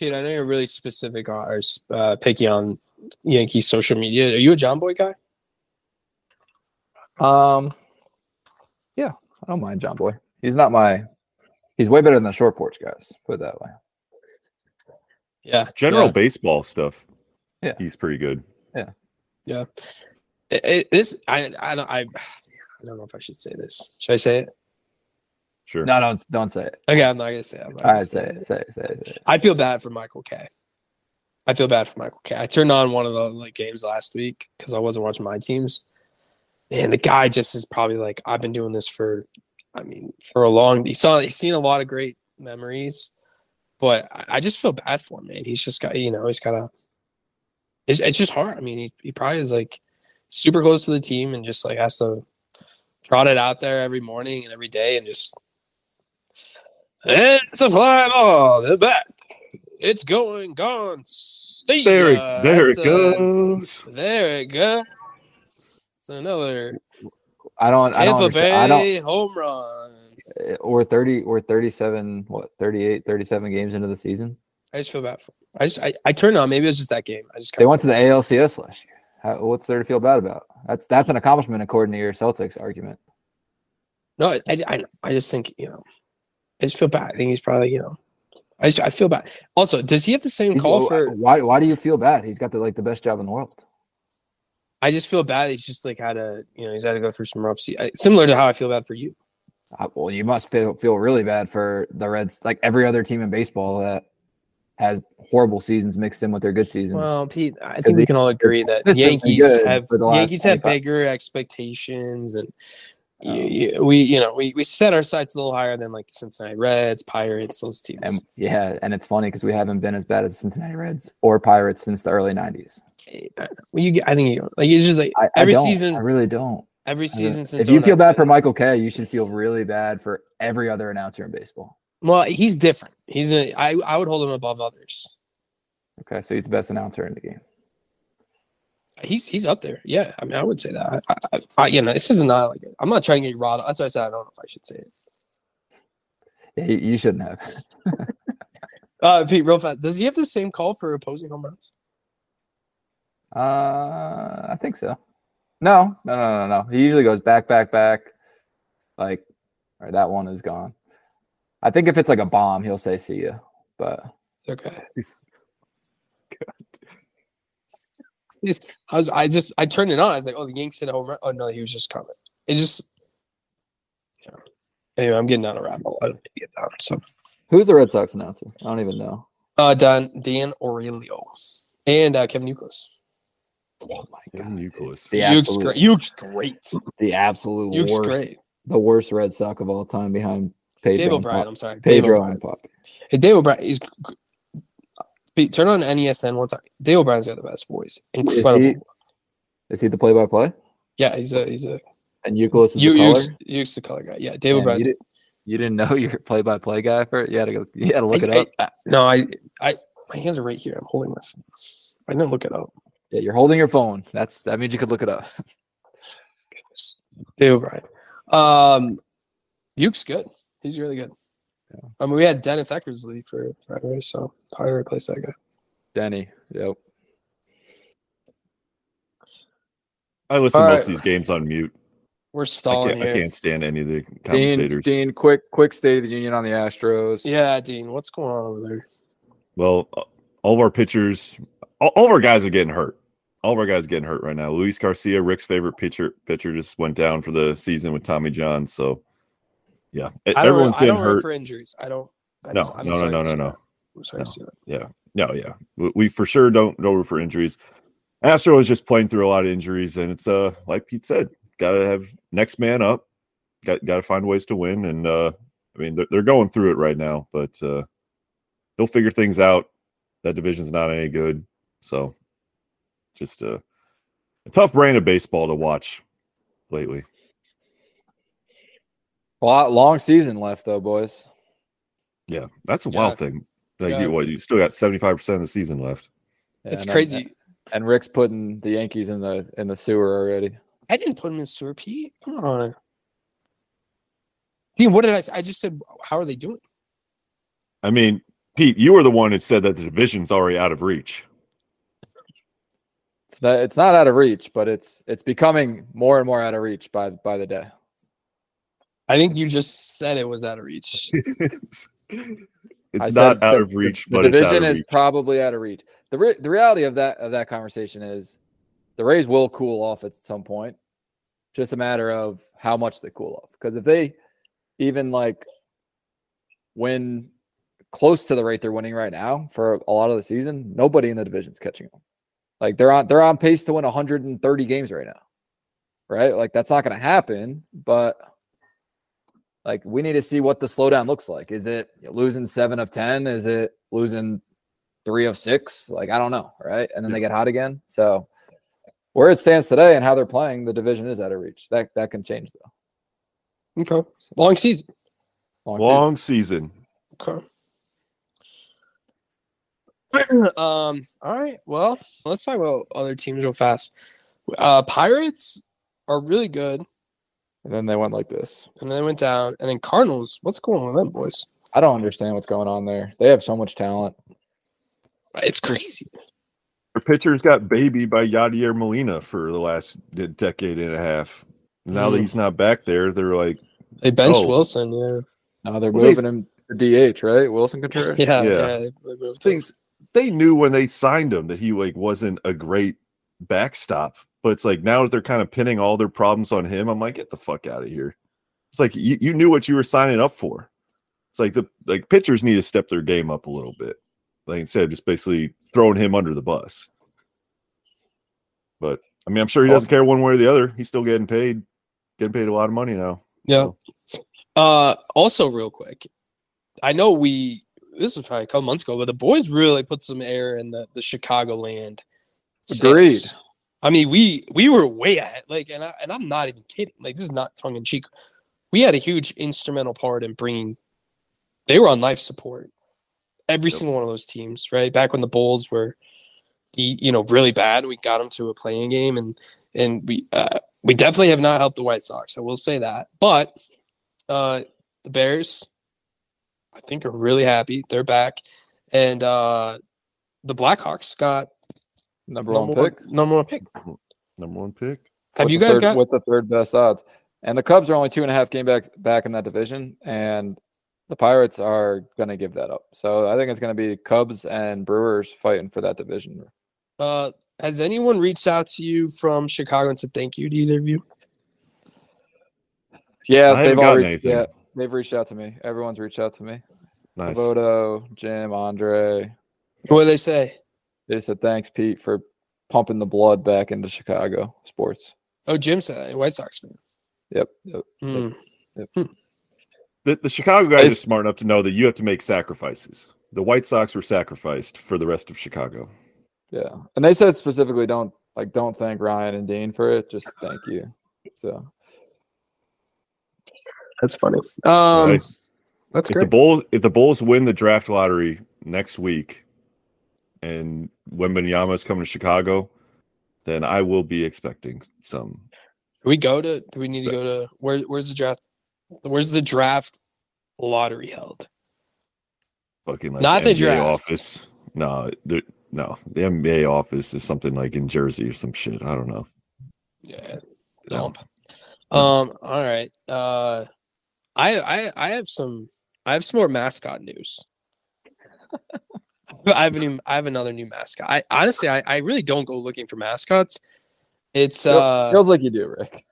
Speaker 2: Dude, I know you're really specific on or uh, picky on Yankee social media. Are you a John Boy guy?
Speaker 4: Um, yeah, I don't mind John Boy. He's not my. He's way better than the short porch guys. Put it that way.
Speaker 2: Yeah,
Speaker 5: General baseball stuff.
Speaker 4: Yeah.
Speaker 5: He's pretty good.
Speaker 2: It- it- this I I don't I, (sighs) I don't know if I should say this. Should I say it?
Speaker 5: Sure.
Speaker 4: No, don't don't say it.
Speaker 2: Okay, I'm not gonna say it. I'm not
Speaker 4: All
Speaker 2: gonna
Speaker 4: right, say it, say it, say it. Say it.
Speaker 2: I feel bad for Michael K. I feel bad for Michael K. I turned on one of the like games last week because I wasn't watching my teams, and the guy just is probably like, I've been doing this for, I mean, for a long. He saw he's seen a lot of great memories, but I, I just feel bad for him, man. He's just got you know he's got a. It's, it's just hard. I mean, he, he probably is like super close to the team and just like has to trot it out there every morning and every day and just it's a fly ball. The back. It's going gone. See
Speaker 5: There, it-
Speaker 2: ya.
Speaker 5: there it
Speaker 4: uh,
Speaker 2: That's a-
Speaker 5: goes.
Speaker 2: there it goes. It's another
Speaker 4: I don't. I don't.
Speaker 2: Tampa
Speaker 4: understand- I don't.
Speaker 2: Bay home run.
Speaker 4: eh, We're thirty. We're thirty-seven. What? 38, 37 games into the season.
Speaker 2: I just feel bad for. Him. I just I, I turned on. Maybe it was just that game. I just
Speaker 4: They
Speaker 2: kinda-
Speaker 4: went to the ALCS last year. How, what's there to feel bad about? That's that's an accomplishment according to your Celtics argument.
Speaker 2: No, I, I, I- I just think you know, I just feel bad. I think he's probably you know, I just I feel bad. Also, does he have the same
Speaker 4: He's-
Speaker 2: call
Speaker 4: wh-
Speaker 2: for?
Speaker 4: why? Why do you feel bad? He's got the like the best job in the world.
Speaker 2: I just feel bad. He's just like had a you know he's had to go through some rough. Se- I, similar to how I feel bad for you.
Speaker 4: Uh, well, you must feel feel really bad for the Reds, like every other team in baseball that has horrible seasons mixed in with their good seasons.
Speaker 2: Well, Pete, I
Speaker 4: Because
Speaker 2: think we
Speaker 4: he-
Speaker 2: can all agree that
Speaker 4: this has been
Speaker 2: Yankees
Speaker 4: good
Speaker 2: have
Speaker 4: for the last
Speaker 2: Yankees have
Speaker 4: 25
Speaker 2: bigger expectations, and y- y- we you know we we set our sights a little higher than like Cincinnati Reds, Pirates, those teams.
Speaker 4: and yeah, and it's funny because we haven't been as bad as the Cincinnati Reds or Pirates since the early '90s.
Speaker 2: Okay, I- well, you get, I think you like it's just like
Speaker 4: I, I
Speaker 2: every
Speaker 4: don't. I
Speaker 2: season,
Speaker 4: really don't.
Speaker 2: every
Speaker 4: I really-
Speaker 2: season since
Speaker 4: if you feel
Speaker 2: 09.
Speaker 4: bad for Michael K, you should feel really bad for every other announcer in baseball.
Speaker 2: well, he's different. He's the- I I would hold him above others.
Speaker 4: Okay, so he's the best announcer in the game.
Speaker 2: He's he's up there. Yeah, I mean, I would say that. I, I, I you know, this is not like I'm not trying to get Rod. That's why I said I don't know if I should say it.
Speaker 4: Yeah, you, you shouldn't have. (laughs)
Speaker 2: Uh, Pete, real fast, does he have the same call for opposing home runs?
Speaker 4: Uh, I think so. No, no, no, no, no. He usually goes back, back, back. Like, all right, that one is gone. I think if it's like a bomb, he'll say "see ya." But
Speaker 2: It's okay. (laughs) I was, I just, I turned it on. I was like, oh, the Yanks hit a home run. Oh no, he was just coming. It just, yeah. Anyway, I'm getting out of rattle. I don't need to get down. So,
Speaker 4: who's the Red Sox announcer? I don't even know.
Speaker 2: uh, Dan, Dan Aurelio, and uh, Kevin Euclid.
Speaker 4: Oh my
Speaker 5: Kevin
Speaker 4: god,
Speaker 5: Youkilis.
Speaker 4: the
Speaker 2: Euch's
Speaker 4: absolute,
Speaker 2: great. Euch's great.
Speaker 4: the absolute
Speaker 2: Euch's
Speaker 4: worst,
Speaker 2: great.
Speaker 4: the worst Red Sox of all time, behind Pedro
Speaker 2: Dave
Speaker 4: and
Speaker 2: O'Brien.
Speaker 4: Pop-
Speaker 2: I'm sorry. Dave
Speaker 4: Pedro
Speaker 2: O'Brien.
Speaker 4: and Pop.
Speaker 2: Hey, Dave O'Brien. He's gr- Pete, turn on NESN one time. Dave O'Brien's got the best voice.
Speaker 4: Is
Speaker 2: Incredible.
Speaker 4: he, is he the play-by-play?
Speaker 2: yeah, he's a he's a
Speaker 4: And Euclid is the
Speaker 2: you
Speaker 4: color.
Speaker 2: Euch's, Euch's the color guy. Yeah, Dave
Speaker 4: Man,
Speaker 2: O'Brien's
Speaker 4: you, didn't, you didn't know your play-by-play guy for it. You had to go. You had to look
Speaker 2: I-
Speaker 4: it up.
Speaker 2: I- I- no, I, I, my hands are right here. I'm holding my phone. I didn't look it up.
Speaker 4: Yeah, you're holding your phone. That's that means you could look it up.
Speaker 2: Dave O'Brien. Um, Duke's good. He's really good. I mean, we had Dennis Eckersley for Friday, so hard to replace that guy.
Speaker 4: Denny. Yep.
Speaker 5: I listen to
Speaker 2: All right.
Speaker 5: most of these games on mute.
Speaker 2: We're
Speaker 5: I
Speaker 2: stalling
Speaker 5: can't, I
Speaker 2: here.
Speaker 5: can't stand any of the
Speaker 4: Dean,
Speaker 5: commentators.
Speaker 4: Dean, quick, quick State of the Union on the Astros.
Speaker 2: Yeah, Dean, what's going on over there?
Speaker 5: E, Well, uh, all of our pitchers, all, all of our guys are getting hurt. All of our guys are getting hurt right now. Luis Garcia, Rick's favorite pitcher, pitcher just went down for the season with Tommy John. So, yeah, e-
Speaker 2: I don't,
Speaker 5: everyone's
Speaker 2: I
Speaker 5: getting
Speaker 2: don't root
Speaker 5: hurt.
Speaker 2: for injuries. I don't.
Speaker 5: No, no, no,
Speaker 2: sorry
Speaker 5: no,
Speaker 2: to
Speaker 5: no,
Speaker 2: see
Speaker 5: no.
Speaker 2: that. I'm sorry to
Speaker 5: No.
Speaker 2: see that.
Speaker 5: No, yeah, we, we for sure don't know for injuries. Astro is just playing through a lot of injuries, and it's uh like Pete said, gotta have next man up. Got got to find ways to win, and uh I mean they're, they're going through it right now, but uh they'll figure things out. That division's not any good, so just uh, a tough brand of baseball to watch lately.
Speaker 4: Well, long season left though, boys.
Speaker 5: Yeah, that's a
Speaker 2: Yeah.
Speaker 5: wild thing. Like,
Speaker 2: Yeah.
Speaker 5: you, what you still got seventy five percent of the season left.
Speaker 2: it's
Speaker 4: And- uh,
Speaker 2: crazy.
Speaker 4: And Rick's putting the Yankees in the in the sewer already.
Speaker 2: I didn't put him in sewer, Pete. Come on. Dean, what did I? s- I just said, how are they doing?
Speaker 5: I mean, Pete, you were the one that said that the division's already out of reach.
Speaker 4: It's not it's not out of reach, but it's it's becoming more and more out of reach by by the day.
Speaker 2: I think you just said it was out of reach.
Speaker 5: it's
Speaker 4: (laughs) I
Speaker 5: not
Speaker 4: said
Speaker 5: out
Speaker 4: the-
Speaker 5: of reach,
Speaker 4: the,
Speaker 5: but
Speaker 4: the
Speaker 5: it's out
Speaker 4: division
Speaker 5: of
Speaker 4: is
Speaker 5: reach.
Speaker 4: probably out of reach. The re- the reality of that of that conversation is the Rays will cool off at some point. Just a matter of how much they cool off. Because if they even like win close to the rate they're winning right now for a lot of the season, nobody in the division's catching them. Like they're on they're on pace to win 130 games right now. Right? Like that's not going to happen, but like we need to see what the slowdown looks like. Is it losing 7 of 10? Is it losing 3 of 6? Like I don't know, right? And then they get hot again. So where it stands today and how they're playing, the division is out of reach. That that can change though.
Speaker 2: okay. Long season.
Speaker 4: Long season.
Speaker 5: Long season.
Speaker 2: Okay. (clears throat) um. All right. Well, let's talk about other teams real fast. Uh, Pirates are really good,
Speaker 4: And then they went like this.
Speaker 2: and then they went down, and then Cardinals. What's going on with them boys?
Speaker 4: I don't understand what's going on there. They have so much talent.
Speaker 2: It's crazy.
Speaker 5: Their pitchers got baby by Yadier Molina for the last d- decade and a half. Now that
Speaker 2: Mm.
Speaker 5: he's not back there, they're like,
Speaker 2: They benched
Speaker 5: Oh.
Speaker 2: Wilson. Yeah.
Speaker 4: Now they're
Speaker 5: Well, they-
Speaker 4: moving him to DH, right? Wilson Contreras.
Speaker 2: Yeah.
Speaker 5: Yeah.
Speaker 2: they- they moved him.
Speaker 5: things they knew when they signed him that he like wasn't a great backstop but it's like now that they're kind of pinning all their problems on him i'm like get the fuck out of here it's like you, you knew what you were signing up for it's like the like pitchers need to step their game up a little bit like instead of just basically throwing him under the bus but i mean i'm sure he doesn't care one way or the other he's still getting paid getting paid a lot of money now
Speaker 2: Yeah. Uh, also, real quick, I know we this was probably a couple months ago, but the boys really put some air in the the Chicagoland. sales.
Speaker 4: Agreed.
Speaker 2: I mean, we we were way ahead. Like, and I and I'm not even kidding. Like, this is not tongue in cheek. We had a huge instrumental part in bringing. They were on life support. Every
Speaker 5: Yep.
Speaker 2: single one of those teams, right? Back when the Bulls were, the you know, really bad, we got them to a playing game, and and we uh, we definitely have not helped the White Sox. I will say that, but uh, the Bears, I think, are really happy. They're back, and uh, the Blackhawks got
Speaker 4: Number one
Speaker 2: number
Speaker 4: pick.
Speaker 2: one, number one pick.
Speaker 5: number one pick
Speaker 2: Have
Speaker 4: with
Speaker 2: you
Speaker 4: the
Speaker 2: guys
Speaker 4: third-
Speaker 2: got?
Speaker 4: with the third best odds? And the Cubs are only two and a half game back back in that division, and the Pirates are going to give that up. So I think it's going to be Cubs and Brewers fighting for that division.
Speaker 2: Uh, has anyone reached out to you from Chicago and said thank you to either of you?
Speaker 4: Yeah,
Speaker 5: I
Speaker 4: they've
Speaker 5: haven't gotten
Speaker 4: already
Speaker 5: anything.
Speaker 4: yeah, they've reached out to me. Everyone's reached out to me.
Speaker 5: nice
Speaker 4: Voto, Jim, Andre.
Speaker 2: What do they say?
Speaker 4: They said thanks, Pete, for pumping the blood back into Chicago sports.
Speaker 2: Oh, Jim said that, White Sox fan.
Speaker 4: Yep. yep.
Speaker 2: Hmm.
Speaker 5: the, the Chicago guys
Speaker 4: It's-
Speaker 5: are smart enough to know that you have to make sacrifices. The White Sox were sacrificed for the rest of Chicago.
Speaker 4: Yeah. And they said specifically don't like don't thank Ryan and Dean for it. Just thank you. So
Speaker 2: That's funny. Um,
Speaker 5: Nice.
Speaker 2: that's
Speaker 5: if the
Speaker 2: great.
Speaker 5: Bulls if the Bulls win the draft lottery next week, and Wembenyama is coming to Chicago, then I will be expecting some.
Speaker 2: Do we go to? Do we need to go to? Where? Where's the draft? Where's the draft lottery held?
Speaker 5: Fucking like
Speaker 2: Not the
Speaker 5: NBA
Speaker 2: draft.
Speaker 5: office. No, the- no, the NBA office is something like in Jersey or some shit. I don't know.
Speaker 2: Yeah.
Speaker 5: Yeah.
Speaker 2: Dump. Um. All right. Uh, I I I have some I have some more mascot news. (laughs) I have a new I have another new mascot. I honestly I, I really don't go looking for mascots. It's
Speaker 4: Yep,
Speaker 2: uh
Speaker 4: feels like you do, Rick.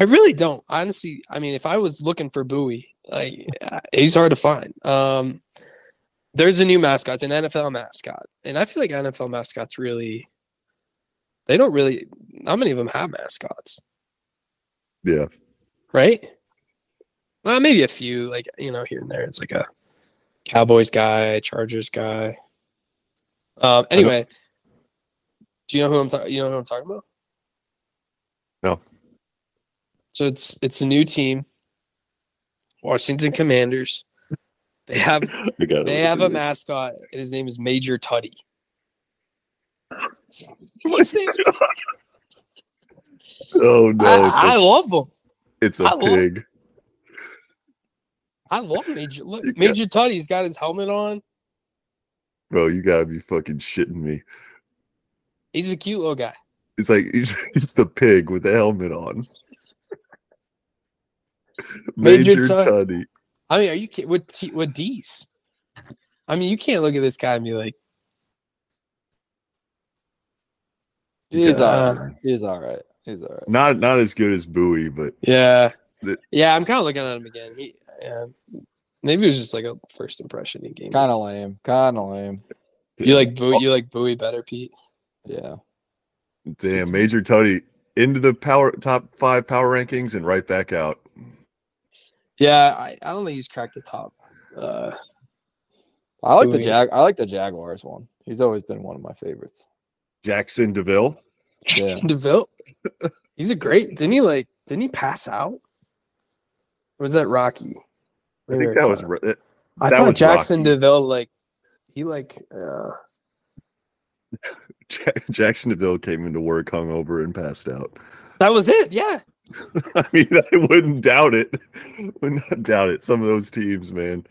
Speaker 2: I really don't. Honestly, I mean, if I was looking for Bowie, like uh, he's hard to find. Um, there's a new mascot, it's an NFL mascot, and I feel like NFL mascots really, they don't really. Not many of them have mascots,
Speaker 5: Yeah,
Speaker 2: right? Well, maybe a few, like you know, here and there. It's like a Cowboys guy, Chargers guy. Um, anyway, do you know who I'm talking? You know who I'm talking about?
Speaker 5: No.
Speaker 2: So it's it's a new team. Washington Commanders. They have
Speaker 5: I gotta
Speaker 2: they
Speaker 5: look
Speaker 2: have
Speaker 5: at
Speaker 2: a
Speaker 5: this.
Speaker 2: mascot. and His name is Major Tutty. His name's-
Speaker 5: Oh no,
Speaker 2: I,
Speaker 5: it's a
Speaker 2: I love him.
Speaker 5: It's a
Speaker 2: I love-
Speaker 5: pig.
Speaker 2: I love Major. Look,
Speaker 5: You got-
Speaker 2: Major Tutty's got his helmet on.
Speaker 5: Bro, you gotta be fucking shitting me.
Speaker 2: He's a cute little guy.
Speaker 5: It's like (laughs) he's, he's the pig with the
Speaker 2: (laughs)
Speaker 5: helmet on.
Speaker 2: Major
Speaker 5: Major,
Speaker 2: Tut-
Speaker 5: Tutty.
Speaker 2: I mean, are you kidding? With T- with D's? I mean, you can't look at this guy and be like,
Speaker 4: He's all
Speaker 2: God.
Speaker 4: right. He's all right. He's all right.
Speaker 5: Not not as good as Bowie, but
Speaker 2: yeah,
Speaker 5: The-
Speaker 2: yeah. I'm kind of looking at him again. He, yeah. maybe it was just like a first impression he gave. me.
Speaker 4: Kind of lame. Kind of lame.
Speaker 2: You like Bowie? You like Bowie better, Pete?
Speaker 4: Yeah.
Speaker 5: Oh, damn Major Tutty into the power top five power rankings and right back out.
Speaker 2: Yeah, I, I don't think he's cracked the top. Uh,
Speaker 4: I like the
Speaker 2: Bowie.
Speaker 4: jag. I like the Jaguars one. He's always been one of my
Speaker 5: (laughs)
Speaker 4: favorites.
Speaker 5: Jackson Deville.
Speaker 4: Yeah.
Speaker 2: Deville, (laughs) he's a great. Didn't he like? Didn't he pass out? Or was that Rocky?
Speaker 5: I think that was re- that,
Speaker 2: I
Speaker 5: that
Speaker 2: thought
Speaker 5: was
Speaker 2: Jackson
Speaker 5: Rocky.
Speaker 2: Deville like he like uh,
Speaker 5: (laughs) Jack- Jackson Deville came into work hungover and passed out. (laughs)
Speaker 2: that was it. Yeah,
Speaker 5: I mean, I wouldn't doubt it. (laughs) Would not doubt it. Some of those teams, man,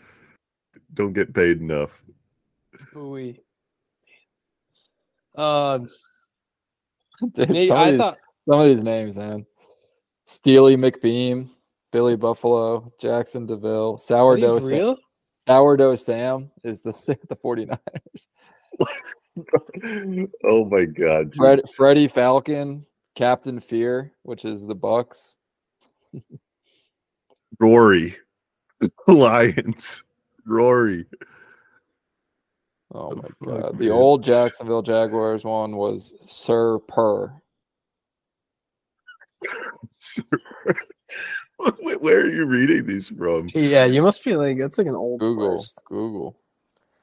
Speaker 5: don't get paid enough. (laughs)
Speaker 2: Bowie. (laughs) Um,
Speaker 4: Dude,
Speaker 2: Nate,
Speaker 4: some, of
Speaker 2: I
Speaker 4: these,
Speaker 2: thought
Speaker 4: some of these names, man. Steely McBeam, Billy Buffalo, Jackson Deville,
Speaker 2: are these
Speaker 4: Sourdough Sam.
Speaker 2: real?
Speaker 4: Sourdough Sam is the (laughs) the 49.
Speaker 5: oh my god. dude.
Speaker 4: Fred, Freddie Falcon, Captain Fear, which is the Bucks.
Speaker 5: Rory. (laughs) Lions. Rory. (laughs)
Speaker 4: Oh
Speaker 5: The
Speaker 4: my
Speaker 5: fuck,
Speaker 4: god. The
Speaker 5: man?
Speaker 4: old Jacksonville Jaguars one was Sir Purr.
Speaker 5: Wait, Where are you reading these from? (laughs)
Speaker 2: Yeah, you must be like that's like an old
Speaker 4: Google. Google.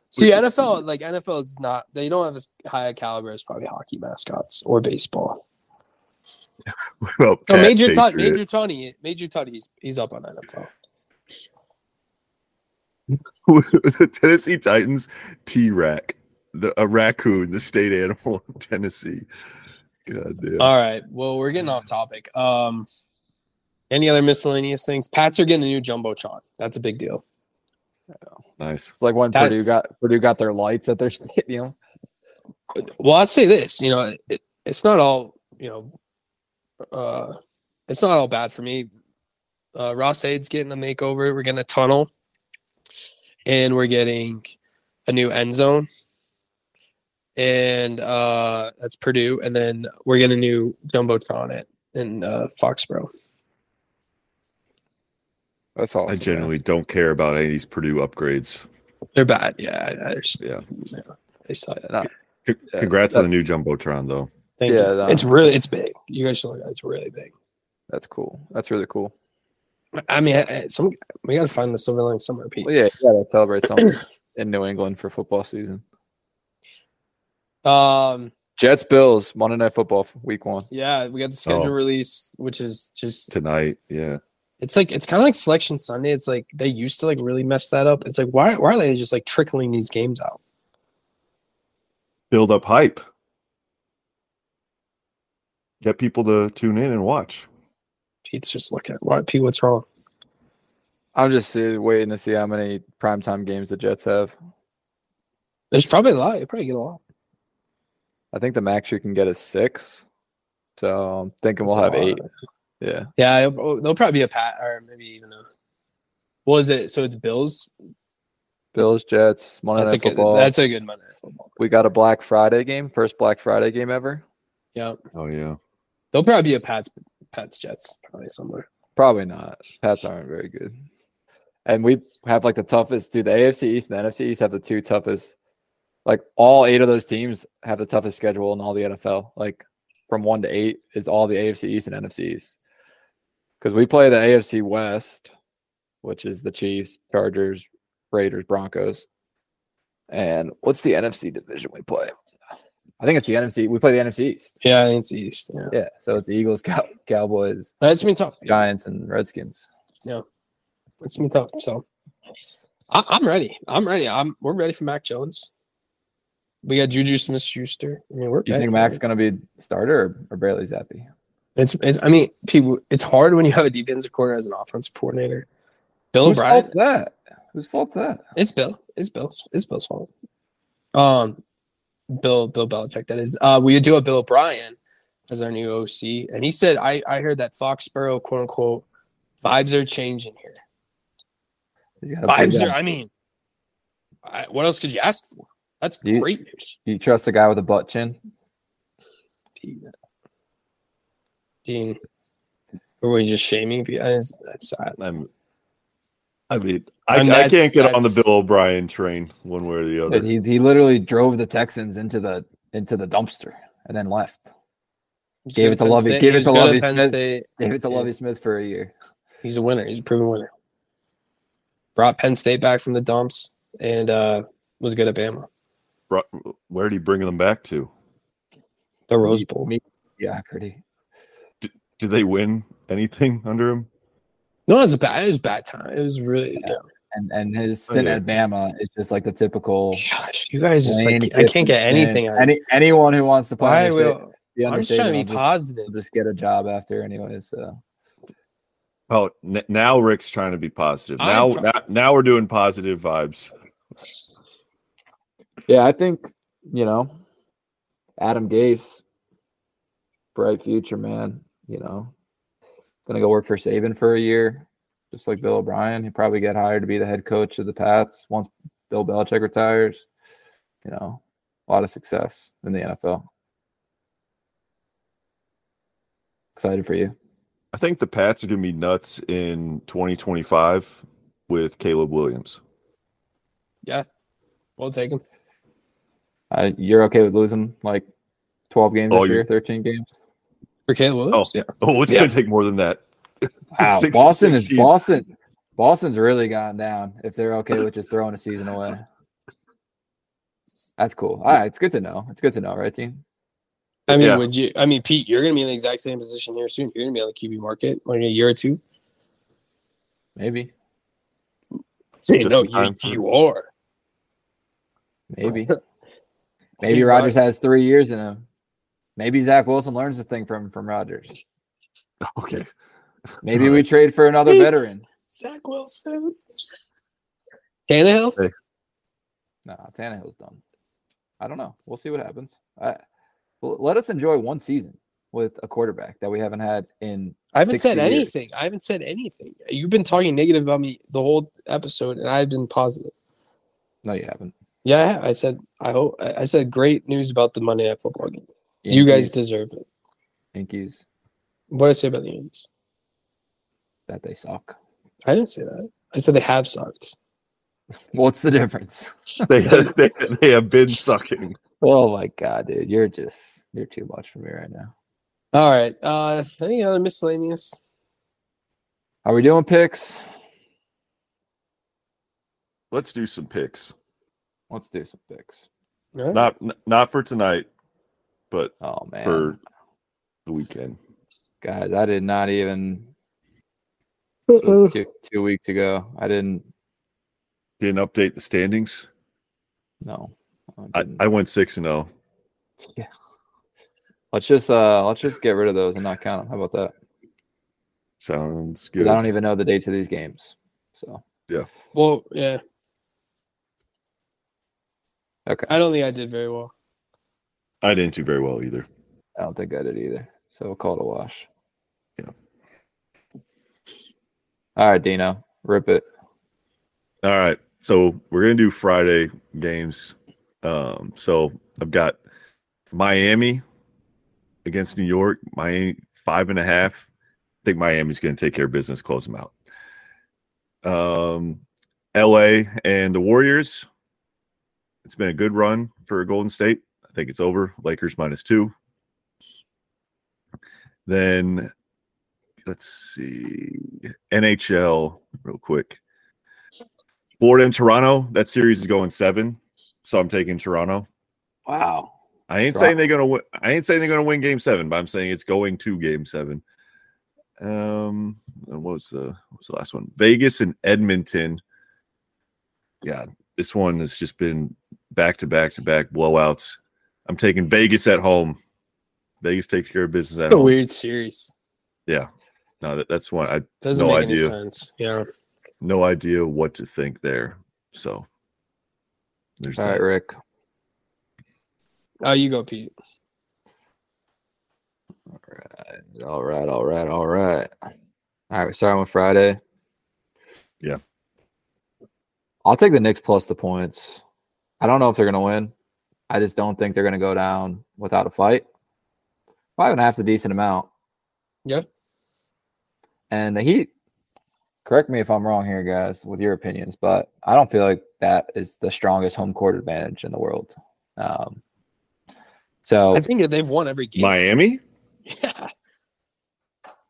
Speaker 2: See, NFL like NFL is not they don't have as high a caliber as probably hockey mascots or baseball.
Speaker 5: What about
Speaker 2: Oh,
Speaker 5: Pat
Speaker 2: Major Tut,
Speaker 5: Patriot?
Speaker 2: Major Tony, Major Tony, he's he's up on NFL.
Speaker 5: the (laughs) Tennessee Titans T Rack. The a raccoon, the state animal of (laughs) Tennessee. God damn.
Speaker 2: All right, well we're getting off topic. Um, any other miscellaneous things? Pats are getting a new jumbotron. That's a big deal.
Speaker 5: nice.
Speaker 4: It's like when
Speaker 2: That-
Speaker 4: Purdue got Purdue got their lights at their (laughs) stadium.
Speaker 2: Well, I'll say this. You know, it, it's not all you know. Uh, it's not all bad for me. Uh, Ross Aid's getting a makeover. We're getting a tunnel, and we're getting a new end zone. And uh, that's Purdue, and then we're getting a new jumbotron at in uh, Foxborough.
Speaker 4: That's awesome.
Speaker 5: I
Speaker 4: man.
Speaker 5: generally don't care about any of they're Purdue upgrades.
Speaker 2: They're bad. Yeah, I- I just-
Speaker 5: Yeah.
Speaker 2: yeah. They suck.
Speaker 5: C-
Speaker 4: Yeah,
Speaker 5: Congrats
Speaker 4: that-
Speaker 5: on the new jumbotron, though.
Speaker 2: Thank you.
Speaker 4: Yeah, no.
Speaker 2: it's really it's big. You guys should look at it. It's really big.
Speaker 4: that's cool. That's really cool.
Speaker 2: I mean, I- I- some we got to find the silver lining somewhere, Pete.
Speaker 4: Well, yeah, yeah, that
Speaker 2: (clears throat)
Speaker 4: celebrate something in New England for football season.
Speaker 2: Um,
Speaker 4: Jets Bills Monday Night Football f- week one.
Speaker 2: yeah, we got the schedule
Speaker 5: Oh.
Speaker 2: release, which is just
Speaker 5: Tonight, yeah.
Speaker 2: it's like it's kind of like selection Sunday. It's like they used to like really mess that up. It's like why why are they just like trickling these games out?
Speaker 5: Build up hype. Get people to tune in and watch.
Speaker 2: Pete's just looking at why Pete, what's wrong?
Speaker 4: I'm just see, waiting to see how many primetime games the Jets have.
Speaker 2: There's probably a lot. You probably get a lot.
Speaker 4: I think the max you can get is six. So I'm thinking we'll
Speaker 2: That's
Speaker 4: have
Speaker 2: a lot.
Speaker 4: eight. Yeah.
Speaker 2: Yeah, it'll- oh, there'll probably be a pat or maybe even a. What is it? So it's Bills.
Speaker 4: Bills, Jets, Monday
Speaker 2: That's a
Speaker 4: Night
Speaker 2: good.
Speaker 4: Football.
Speaker 2: That's a good Monday. Night Football.
Speaker 4: we got a Black Friday game, first Black Friday game ever.
Speaker 2: Yeah,
Speaker 5: Oh yeah.
Speaker 2: there'll probably be a Pats Pats Jets probably somewhere.
Speaker 4: Probably not. Pats aren't very good. And we have like the toughest, dude. The AFC East and the NFC East have the two toughest. Like all eight of those teams have the toughest schedule in all the NFL. Like from one to eight is all the AFC East and NFC East. Because we play the AFC West, which is the Chiefs, Chargers, Raiders, Broncos. And what's the NFC division we play? I think it's the NFC. We play the NFC East.
Speaker 2: Yeah, I think it's East. Yeah.
Speaker 4: Yeah, so it's the Eagles, Cow- Cowboys,
Speaker 2: That's been tough.
Speaker 4: Giants, and Redskins.
Speaker 2: That's been tough. So I, I'm ready. I'm ready. I'm we're ready for Mac Jones. We got Juju Smith Schuster. I mean, we're
Speaker 4: Do you think
Speaker 2: ready.
Speaker 4: Mac's gonna be starter or, or Bailey Zappi?
Speaker 2: It's, it's I mean, people it's hard when you have a defensive corner as an offensive coordinator. Bill
Speaker 4: Whose
Speaker 2: O'Brien.
Speaker 4: fault's that? Whose fault's that?
Speaker 2: It's Bill. It's Bill's. It's Bill's fault. Um, Bill. Bill Belichick. That is. Uh, we do have Bill O'Brien as our new OC, and he said, "I I heard that Foxborough, quote unquote, vibes are changing here.
Speaker 4: He's got a big
Speaker 2: Vibes are.
Speaker 4: guy.
Speaker 2: I mean, I, what else could you ask for? That's
Speaker 4: You-
Speaker 2: great news.
Speaker 4: Do you trust a guy with a butt chin?
Speaker 2: Dean, or were you just shaming? me? I just- That's uh, sad.
Speaker 5: I'm, I mean, I,
Speaker 2: And
Speaker 5: I
Speaker 2: that's-
Speaker 5: can't get on the
Speaker 2: that's-
Speaker 5: Bill O'Brien train one way or the other.
Speaker 4: But he he literally drove the Texans into the into the dumpster and then left.
Speaker 2: He's
Speaker 4: Gave
Speaker 2: good
Speaker 4: it to
Speaker 2: at Penn
Speaker 4: Lovey.
Speaker 2: State.
Speaker 4: Gave it
Speaker 2: He's
Speaker 4: to
Speaker 2: good at
Speaker 4: Lovey
Speaker 2: Penn
Speaker 4: Smith.
Speaker 2: State.
Speaker 4: Gave it to
Speaker 2: Yeah.
Speaker 4: Lovey Smith for a year.
Speaker 2: He's a winner. He's a proven winner. Brought Penn State back from the dumps and uh, was good at Bama.
Speaker 5: Bro- Where did he bring them back to?
Speaker 2: The Rose Bowl.
Speaker 4: Yeah, Curdy.
Speaker 5: Did they win anything under him?
Speaker 2: No, it was a bad. It was a bad time. It was really. oh
Speaker 4: Yeah. And and his stint
Speaker 5: yeah.
Speaker 4: at Bama is just like the typical.
Speaker 2: Gosh, you guys just
Speaker 4: Lane
Speaker 2: like I can't get
Speaker 4: Kiffin.
Speaker 2: anything. out of
Speaker 4: Any anyone who wants to
Speaker 2: you. I
Speaker 4: play,
Speaker 2: will.
Speaker 4: be
Speaker 2: I'm just trying to be
Speaker 4: understated, I'll
Speaker 2: positive.
Speaker 4: Just, just get a job after, anyway. So
Speaker 5: Oh, n- now Rick's trying to be positive.
Speaker 2: I'm
Speaker 5: Now,
Speaker 2: try-
Speaker 5: now, now we're doing positive vibes.
Speaker 4: yeah, I think you know, Adam Gase, bright future man. You know, gonna go work for Saban for a year, just like Bill O'Brien. He'll probably get hired to be the head coach of the Pats once Bill Belichick retires. You know, a lot of success in the NFL. Excited for you.
Speaker 5: I think the Pats are going to be nuts in 2025 with Caleb Williams.
Speaker 2: yeah, we'll take him.
Speaker 4: Uh, you're okay with losing like 12 games
Speaker 5: Oh,
Speaker 4: this
Speaker 5: you-
Speaker 4: year, 13 games?
Speaker 2: For Caleb Williams.
Speaker 5: Oh, Oh, it's going to take more than that. (laughs)
Speaker 4: Wow,
Speaker 5: Six-
Speaker 4: Boston is
Speaker 5: 16.
Speaker 4: Boston. Boston's really gotten down if they're okay with just throwing a season away. That's cool. All right, it's good to know. It's good to know, right, team?
Speaker 2: I mean,
Speaker 5: yeah.
Speaker 2: would you? I mean, Pete, you're gonna be in the exact same position here soon. You're gonna be on the QB market like a year or two.
Speaker 4: Maybe,
Speaker 2: Say,
Speaker 5: Just
Speaker 2: no,
Speaker 5: in time
Speaker 2: you,
Speaker 5: for-
Speaker 2: you are. (laughs)
Speaker 4: maybe,
Speaker 2: Hey,
Speaker 4: maybe
Speaker 2: Rod-
Speaker 4: Rogers has three years in him. Maybe Zach Wilson learns a thing from from Rogers.
Speaker 5: Okay.
Speaker 4: Maybe we trade for another
Speaker 2: Please.
Speaker 4: veteran.
Speaker 2: Zach Wilson. Tannehill.
Speaker 4: No, Tannehill's done. I don't know. We'll see what happens. I, well, let us enjoy one season with a quarterback that we haven't had in.
Speaker 2: I haven't said
Speaker 4: 60 years.
Speaker 2: anything. I haven't said anything. You've been talking negative about me the whole episode, and I've been positive.
Speaker 4: No, you haven't.
Speaker 2: Yeah, I, have. I said I hope I I said great news about the Monday Night Football game. You
Speaker 4: Yankees-
Speaker 2: guys deserve it.
Speaker 4: Yankees.
Speaker 2: What did I say about the Yankees?
Speaker 4: that they suck.
Speaker 2: I didn't say that. I said they have sucked.
Speaker 4: What's the difference?
Speaker 5: They, they, they have been sucking.
Speaker 4: Oh my god, dude, you're just you're too much for me right now.
Speaker 2: All right. Uh, any other miscellaneous?
Speaker 4: Are we doing picks?
Speaker 5: Let's do some picks.
Speaker 4: Let's do some picks.
Speaker 2: All right.
Speaker 5: Not n- not for tonight, but
Speaker 4: Oh man,
Speaker 5: for the weekend.
Speaker 4: guys, I did not even. it was Two, two weeks ago, I didn't.
Speaker 5: Didn't update the standings.
Speaker 4: No, I
Speaker 5: I,
Speaker 4: didn't.
Speaker 5: I went six and oh. zero.
Speaker 4: let's just uh let's just get rid of those and not count them. How about that?
Speaker 5: Sounds
Speaker 4: 'Cause
Speaker 5: good.
Speaker 4: I don't even know the dates of these games. So
Speaker 2: Well, yeah.
Speaker 4: Okay.
Speaker 2: I don't think I did very well.
Speaker 5: I didn't do very well either.
Speaker 4: I don't think I did either. So we'll call it a wash.
Speaker 5: Yeah.
Speaker 4: All right, Dino, rip it.
Speaker 5: All right. So we're gonna do Friday games. Um, so I've got Miami against New York, Miami five and a half. I think Miami's gonna take care of business, close them out. Um LA and the Warriors. It's been a good run for Golden State. I think it's over. Lakers minus two. Then let's see. NHL real quick. Florida and Toronto. That series is going seven, so I'm taking Toronto.
Speaker 4: Wow.
Speaker 5: I I ain't
Speaker 4: So I-
Speaker 5: saying they're gonna win. I ain't saying they're gonna win Game Seven, but I'm saying it's going to Game Seven. Um, and what was the what was the last one? Vegas and Edmonton. Yeah, this one has just been back to back to back blowouts. I'm taking Vegas at home. Vegas takes care of business at
Speaker 2: What a
Speaker 5: home.
Speaker 2: weird series.
Speaker 5: Yeah, no, that, that's one. I
Speaker 2: Doesn't
Speaker 5: No
Speaker 2: make any
Speaker 5: idea.
Speaker 2: sense. Yeah.
Speaker 5: no idea what to think there. So there's
Speaker 4: All right,
Speaker 5: that.
Speaker 4: Rick.
Speaker 2: Oh, you go, Pete.
Speaker 4: All right, all right, all right. All right, we're starting with Friday.
Speaker 5: Yeah.
Speaker 4: I'll take the Knicks plus the points. I don't know if they're gonna win. I just don't think they're gonna go down without a fight. Five and a half's a decent amount.
Speaker 2: Yep.
Speaker 4: And the Heat, correct me if I'm wrong here, guys, with your opinions, but I don't feel like that is the strongest home court advantage in the world. Um, so
Speaker 2: I think they've won every game.
Speaker 5: Miami.
Speaker 2: (laughs) yeah.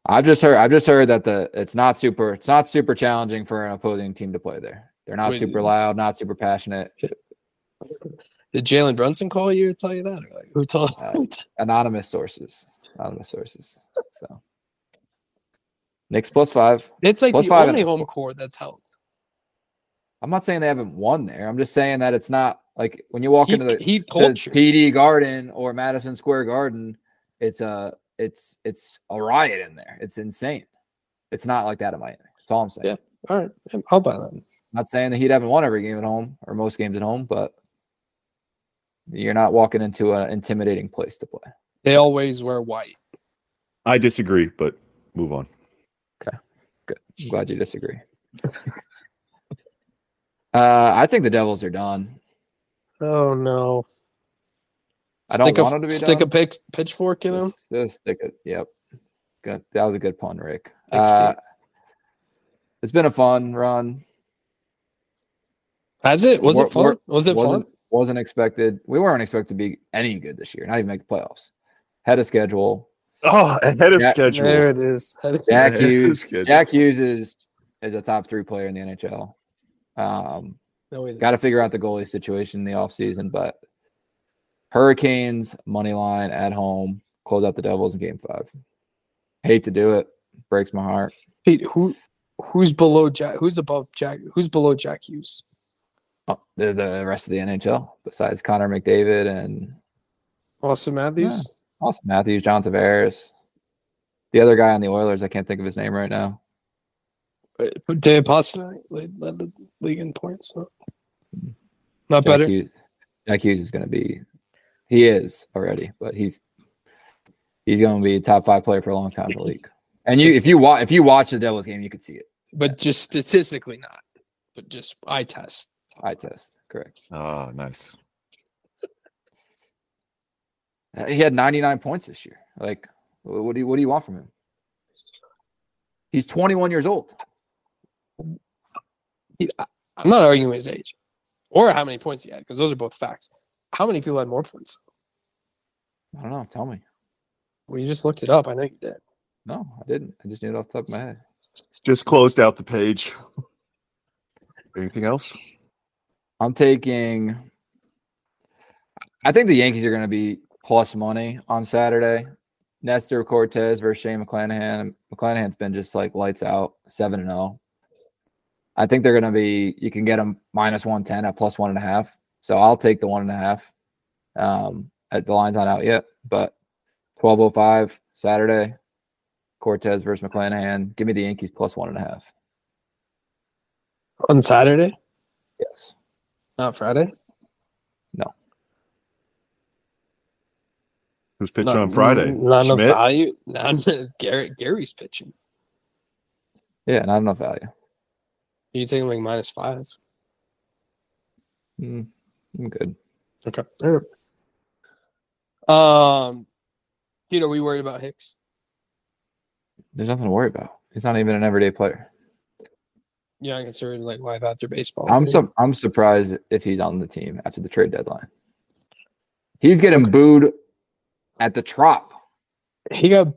Speaker 4: I've just heard I've just heard that the it's not super it's not super challenging for an opposing team to play there. They're not
Speaker 2: Wait,
Speaker 4: super loud, not super passionate.
Speaker 2: Did Jalen Brunson call you to tell you that? Or like, who told?
Speaker 4: Uh, Anonymous sources, anonymous sources. So Knicks plus five.
Speaker 2: (laughs) it's like
Speaker 4: plus
Speaker 2: the
Speaker 4: five and-
Speaker 2: only home court that's held.
Speaker 4: I'm not saying they haven't won there. I'm just saying that it's not like when you walk
Speaker 2: heat,
Speaker 4: into the,
Speaker 2: heat
Speaker 4: the
Speaker 2: culture.
Speaker 4: TD Garden or Madison Square Garden, it's a it's it's a riot in there. It's insane. It's not like that in Miami. That's all I'm saying.
Speaker 2: Yeah. All right, I'll buy that.
Speaker 4: Not saying that he'd haven't won every game at home or most games at home, but you're not walking into an intimidating place to play.
Speaker 2: They always wear white.
Speaker 5: I disagree, but move on.
Speaker 4: I'm glad you
Speaker 2: (laughs)
Speaker 4: disagree. uh, I think the Devils are done.
Speaker 2: Oh no!
Speaker 4: I don't
Speaker 2: stick
Speaker 4: want
Speaker 2: a,
Speaker 4: them to be
Speaker 2: stick
Speaker 4: done.
Speaker 2: a pick, pitchfork in them.
Speaker 4: Just- just stick it. Yep. Good. That was a good pun, Rick.
Speaker 2: Thanks,
Speaker 4: Uh,
Speaker 2: Pete.
Speaker 4: it's been a fun run.
Speaker 2: Has it? Was
Speaker 4: Wor-
Speaker 2: it fun?
Speaker 4: wor-
Speaker 2: was it fun?
Speaker 4: wasn't wasn't expected. We weren't expected to be any good this year. Not even make the playoffs. Had a schedule.
Speaker 5: Oh, ahead of
Speaker 4: Yeah,
Speaker 5: schedule.
Speaker 2: There it is. That is-
Speaker 4: Jack
Speaker 5: Yeah, it is
Speaker 4: Hughes.
Speaker 5: good.
Speaker 4: Jack Hughes is is a top three player in the NHL. Um,
Speaker 2: (laughs) No, he's-
Speaker 4: got to figure out the goalie situation in the offseason, but Hurricanes money line at home close out the Devils in Game Five. Hate to do it, breaks my heart.
Speaker 2: Pete, who who's below Jack? Who's above Jack? Who's below Jack Hughes?
Speaker 4: Oh, the, the rest of the NHL besides Connor McDavid and
Speaker 2: Austin Matthews.
Speaker 4: Austin Matthews, John Tavares, the other guy on the Oilers. I can't think of his name right now.
Speaker 2: Uh, David Pasternak led, led the league in points. so. Not
Speaker 4: Jack
Speaker 2: better.
Speaker 4: Hughes, Jack Hughes is going to be, he is already, but he's he's going to be a top five player for a long time in the league. And you, if you watch, if you watch the Devils game, you could see it.
Speaker 2: but just statistically not. But just eye test.
Speaker 4: Eye test, correct?
Speaker 5: Ah, nice.
Speaker 4: Uh, He had 99 points this year. Like, wh- what do you what do you want from him? He's 21 years old.
Speaker 2: He- I- I'm not arguing his age or how many points he had because those are both facts. How many people had more points?
Speaker 4: I don't know. Tell me.
Speaker 2: Well, you just looked it up. I know you did.
Speaker 4: No, I didn't. I just knew it off the top of my head.
Speaker 5: Just closed out the page. Anything else?
Speaker 4: I'm taking. I think the Yankees are going to be plus money on Saturday. Nestor Cortez versus Shane McClanahan. McClanahan's been just like lights out, seven and zero. I think they're going to be. You can get them minus one ten at plus one and a half. So I'll take the one and a half. Um, at the line's not out yet, but twelve oh five Saturday. Cortez versus McClanahan. Give me the Yankees plus one and a half.
Speaker 2: On Saturday?
Speaker 4: Yes.
Speaker 2: Not Friday?
Speaker 5: Who's pitching
Speaker 2: Not-
Speaker 5: on Friday?
Speaker 2: Not enough
Speaker 5: Schmidt?
Speaker 2: value. (laughs) Not Garrett. Gary's pitching.
Speaker 4: Yeah, not enough value.
Speaker 2: You take him like minus five.
Speaker 4: Mm, I'm good.
Speaker 2: Okay. Um, Pete, are we worried about Hicks?
Speaker 4: There's nothing to worry about. He's not even an everyday player.
Speaker 2: Yeah, I consider it like live after baseball.
Speaker 4: I'm su- I'm surprised if he's on the team after the trade deadline. He's getting booed at the trop.
Speaker 2: He got.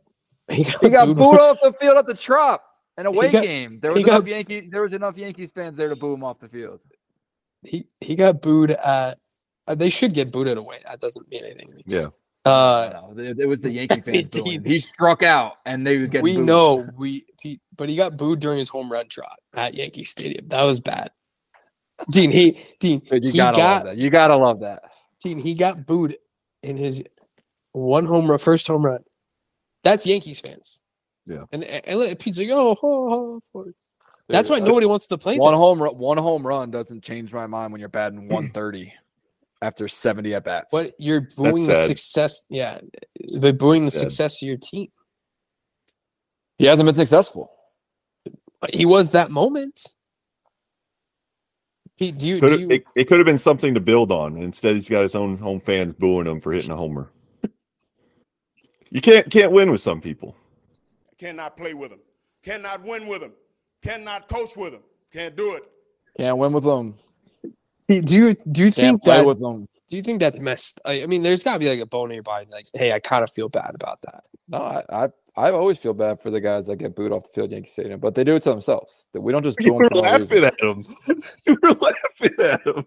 Speaker 2: He got,
Speaker 4: He got
Speaker 2: booed.
Speaker 4: booed off the field at the trop. An away
Speaker 2: got-
Speaker 4: game. There
Speaker 2: he
Speaker 4: was enough
Speaker 2: got-
Speaker 4: Yankee there was enough Yankees fans there to boo him off the field.
Speaker 2: He, he got booed at Uh, They should get booted away. That doesn't mean anything. to me.
Speaker 5: Yeah.
Speaker 2: Uh,
Speaker 4: No, it, it was
Speaker 2: (laughs)
Speaker 4: the Yankee fans.
Speaker 2: He
Speaker 4: booing.
Speaker 2: did.
Speaker 4: He struck out, and they was getting.
Speaker 2: we
Speaker 4: booed.
Speaker 2: know we, he, but he got booed during his home run trot at Yankee Stadium. That was bad. Dean, he Dean,
Speaker 4: Dude, you
Speaker 2: he
Speaker 4: gotta love
Speaker 2: got
Speaker 4: that. You gotta love that.
Speaker 2: Dean, he got booed in his one home run, first home run. That's Yankees fans.
Speaker 5: Yeah.
Speaker 2: And and let Pete's like, oh, ho, ho, for it." that's why
Speaker 4: Dude,
Speaker 2: nobody wants to play.
Speaker 4: One
Speaker 2: them.
Speaker 4: home run, one home run doesn't change my mind when you're
Speaker 2: Hmm.
Speaker 4: batting 130 after 70 at bats.
Speaker 2: But you're booing the
Speaker 5: sad.
Speaker 2: success. Yeah, but booing the
Speaker 5: Sad.
Speaker 2: success of your team.
Speaker 4: He hasn't been successful.
Speaker 2: But he was that moment. Pete, do you? Do
Speaker 5: Could've-
Speaker 2: you
Speaker 5: it, it could have been something to build on. and Instead, he's got his own home fans booing him for hitting a homer. You can't can't win with some people.
Speaker 4: (laughs)
Speaker 9: Cannot play with them. Cannot win with them. Cannot coach with them. Can't do it.
Speaker 4: Can't win with them.
Speaker 2: Pete, do you do you
Speaker 4: Can't
Speaker 2: think
Speaker 4: play
Speaker 2: that?
Speaker 4: with them.
Speaker 2: do you think that messed? I, I mean, there's got to be like a bone in your body. Like, hey, I kind of feel bad about that.
Speaker 4: No, I, I I always feel bad for the guys that get booed off the field, at Yankee Stadium, but they do it to themselves. That we don't just
Speaker 5: You
Speaker 4: boo
Speaker 5: were
Speaker 4: them. For no reason.
Speaker 5: laughing at him. (laughs) You were laughing at him.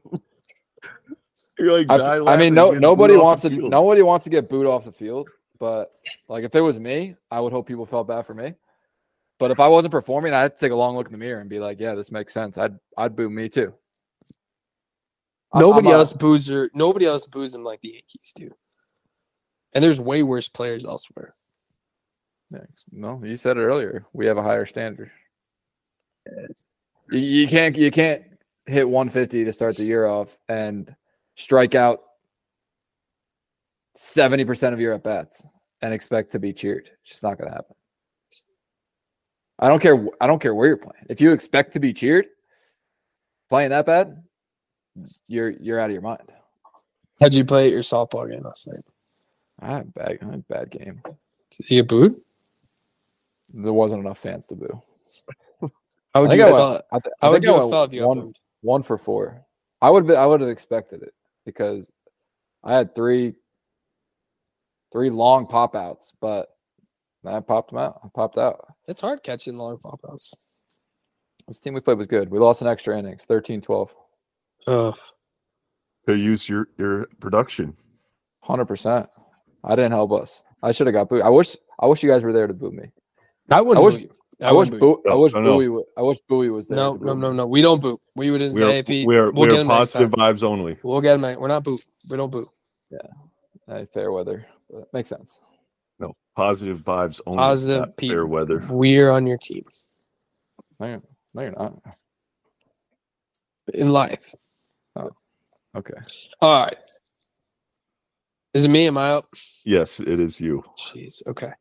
Speaker 5: You're like,
Speaker 4: I,
Speaker 5: "Die
Speaker 4: f- I mean,
Speaker 5: laughing,
Speaker 4: no,
Speaker 5: get booed
Speaker 4: nobody
Speaker 5: off the
Speaker 4: wants to.
Speaker 5: field."
Speaker 4: Nobody wants to get booed off the field. But like, if it was me, I would hope people felt bad for me. But if I wasn't performing, I'd take a long look in the mirror and be like, "Yeah, this makes sense. I'd I'd boo me too." I- I'm
Speaker 2: Nobody
Speaker 4: a-
Speaker 2: else boos your, nobody else boos them like the Yankees do. And there's way worse players elsewhere.
Speaker 4: Yeah, No, you said it earlier. We have a higher standard. You, you can't you can't hit 150 to start the year off and strike out 70% of your at bats and expect to be cheered. It's just not going to happen. I don't care wh- I don't care where you're playing. If you expect to be cheered playing that bad, you're you're out of your mind.
Speaker 2: How'd you play at your softball game last night?
Speaker 4: I had a bad, I had a bad game.
Speaker 2: Did you get booed?
Speaker 4: There wasn't enough fans to boo.
Speaker 2: How
Speaker 4: I
Speaker 2: would
Speaker 4: think
Speaker 2: you
Speaker 4: I
Speaker 2: have
Speaker 4: went-
Speaker 2: felt?
Speaker 4: I th- I
Speaker 2: How would
Speaker 4: think
Speaker 2: you
Speaker 4: I
Speaker 2: have
Speaker 4: went
Speaker 2: felt if you got
Speaker 4: one-
Speaker 2: booed?
Speaker 4: one for four. I would be, I would have expected it because I had three three long pop outs, but I popped 'em out. I popped out.
Speaker 2: It's hard catching long pop outs.
Speaker 4: This team we played was good. We lost an extra innings, 13-12.
Speaker 2: Ugh.
Speaker 5: Could use your your production.
Speaker 4: 100%. I didn't help us. I should have got booed. I wish I wish you guys were there to boo me.
Speaker 2: I wouldn't
Speaker 4: wish-
Speaker 2: boo you.
Speaker 4: I, wish
Speaker 2: wouldn't
Speaker 4: boo, I
Speaker 5: No,
Speaker 4: wish
Speaker 5: no, no.
Speaker 4: Bowie wa- I wish Bowie was
Speaker 2: you.
Speaker 4: there.
Speaker 2: No,
Speaker 4: to boo
Speaker 2: no,
Speaker 4: me.
Speaker 2: no, no. We don't boo. We would just
Speaker 5: We are
Speaker 2: say, hey, Pete,
Speaker 5: we are,
Speaker 2: we'll
Speaker 5: we
Speaker 2: get
Speaker 5: are
Speaker 2: him next
Speaker 5: positive
Speaker 2: time.
Speaker 5: vibes only.
Speaker 2: We'll get him. next- We're not boo. We don't boo.
Speaker 4: Hey, fair weather. But makes sense.
Speaker 5: No, positive vibes only.
Speaker 2: Positive,
Speaker 5: not
Speaker 2: Pete.
Speaker 5: fair weather.
Speaker 2: We're on your team
Speaker 4: No, you're, no, you're not.
Speaker 2: in life.
Speaker 4: Okay.
Speaker 2: All right. Is it me? Am I up?
Speaker 5: Yes, it is you.
Speaker 2: Jeez. Okay.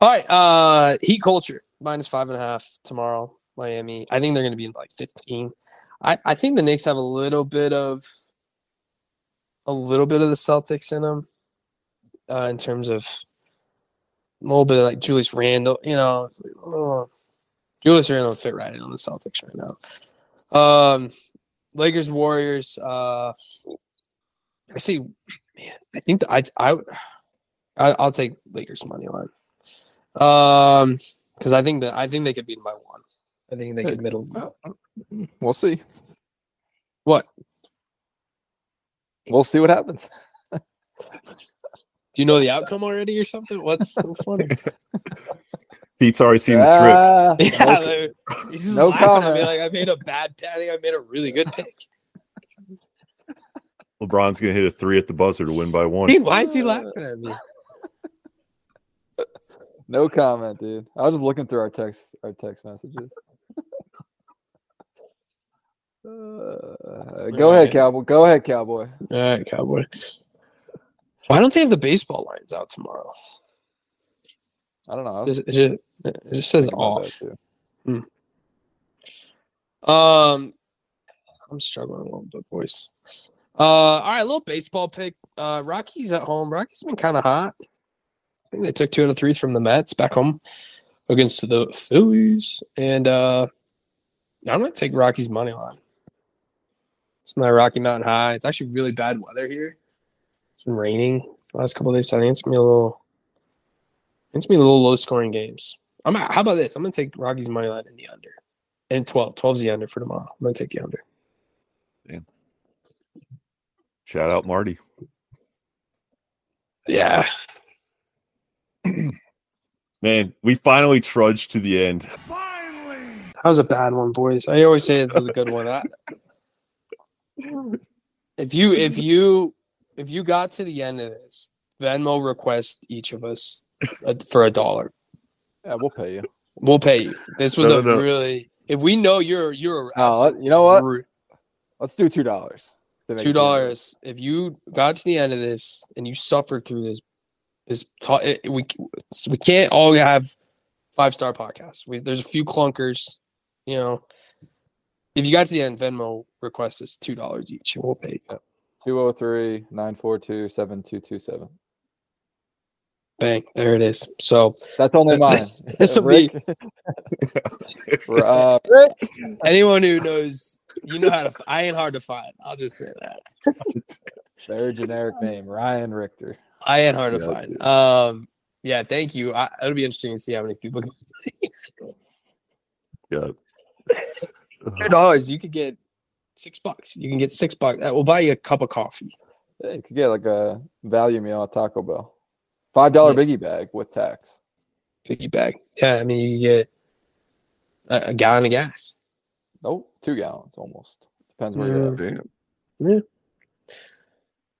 Speaker 2: All right. Uh Heat culture minus five and a half tomorrow. Miami. I think they're going to be in like fifteen. I I think the Knicks have a little bit of a little bit of the Celtics in them uh, in terms of a little bit of like Julius Randle. You know, it's like, oh. Julius Randle would fit right in on the Celtics right now. Um, Lakers Warriors. Uh, I see. Man, I think the, I I I, I'll take Lakers money line. Um, because I think that I think they could beat 'em by one. I think they
Speaker 4: Hey,
Speaker 2: could middle.
Speaker 4: Well, We'll see.
Speaker 2: What?
Speaker 4: We'll see what happens.
Speaker 2: Do you know the outcome already or something? What's so
Speaker 4: (laughs)
Speaker 2: funny?
Speaker 5: Pete's already seen the script.
Speaker 2: (laughs) yeah,
Speaker 4: Ah, no-
Speaker 2: like, he's just
Speaker 4: no
Speaker 2: laughing at me
Speaker 4: comment.
Speaker 2: like I made a bad. I think I made a really good
Speaker 4: (laughs)
Speaker 2: pick.
Speaker 5: LeBron's gonna hit a three at the buzzer to win by one.
Speaker 2: Dude, why is Ah. he laughing at me?
Speaker 4: no comment, dude. I was just looking through our text our text messages. (laughs) Uh, go
Speaker 2: Alright.
Speaker 4: ahead, cowboy. Go ahead, cowboy.
Speaker 2: All right, Cowboy. Why don't they have the baseball lines out tomorrow?
Speaker 4: I don't know. I was
Speaker 2: It, it, ju- it just says
Speaker 4: thinking about that
Speaker 2: off.
Speaker 4: too.
Speaker 2: Um, I'm struggling a little bit, boys. Uh, all right, a little baseball pick. Uh, Rockies at home. Rockies been kind of hot. I think they took two out of three from the Mets back home against the Phillies, and uh, I'm gonna take Rockies money line. It's my Rocky Mountain High. It's actually really bad weather here. It's been raining the last couple of days, so I think it's gonna be a little. It's gonna be a little low scoring games. I'm. How about this? I'm gonna take Rockies money line in the under and 12. 12's the under for tomorrow. I'm going to take the under.
Speaker 5: Damn. Shout out Marty.
Speaker 2: Yeah.
Speaker 5: Man, we finally trudged to the end.
Speaker 6: Finally!
Speaker 2: That was a bad one, boys. I always say this was a good one. I, (laughs) if you if you if you got to the end of this, Venmo request each of us a, for a dollar.
Speaker 4: Yeah, we'll pay you.
Speaker 2: We'll pay you. This was
Speaker 5: No,
Speaker 2: a
Speaker 5: no, no.
Speaker 2: really if we know you're you're a
Speaker 4: No, let- Uh, you know what? Let's do two dollars.
Speaker 2: two dollars. If you got to the end of this and you suffered through this, this ta- it- it- we c- we can't all have five star podcasts. We, there's a few clunkers, you know. If you got to the end, Venmo request is two dollars each, and we'll pay. you.
Speaker 4: Two oh three nine four two seven two two seven.
Speaker 2: Bang, there it is. So
Speaker 4: That's only mine.
Speaker 2: (laughs) This
Speaker 4: Uh,
Speaker 2: will be-
Speaker 4: Rick- (laughs) R- uh,
Speaker 2: anyone who knows, you know how to. f- I ain't hard to find. I'll just say that.
Speaker 4: their generic name, Ryan Richter.
Speaker 2: I ain't hard to
Speaker 5: Yeah.
Speaker 2: find. Um, yeah, thank you. I, it'll be interesting to (laughs) see how many people.
Speaker 5: Yeah.
Speaker 2: Two dollars, you could get six bucks. You can get six bucks. That will buy you a cup of coffee.
Speaker 4: Yeah, you could get like a value meal at Taco Bell. Five dollar
Speaker 2: Yeah.
Speaker 4: biggie bag with tax.
Speaker 2: piggy bag. Yeah, I mean, you get a, a gallon of gas.
Speaker 4: Nope, two gallons almost. Depends where
Speaker 2: Yeah.
Speaker 4: you're at.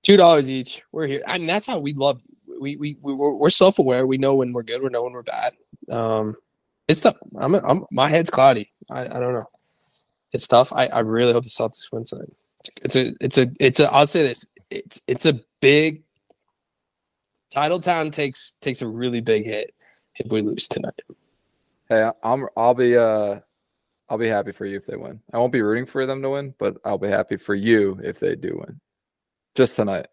Speaker 2: Two dollars each. We're here. I mean, that's how we love. We we, we we're, we're self aware. We know when we're good. We know when we're bad. Um, it's tough. I'm I'm my head's cloudy. I, I don't know. It's tough. I, I really hope the Celtics win tonight. It's a it's a it's a. I'll say this. It's it's a big. Titletown takes takes a really big hit if we lose tonight.
Speaker 4: Hey, I- I'm I'll be uh I'll be happy for you if they win. I won't be rooting for them to win, but I'll be happy for you if they do win. Just tonight.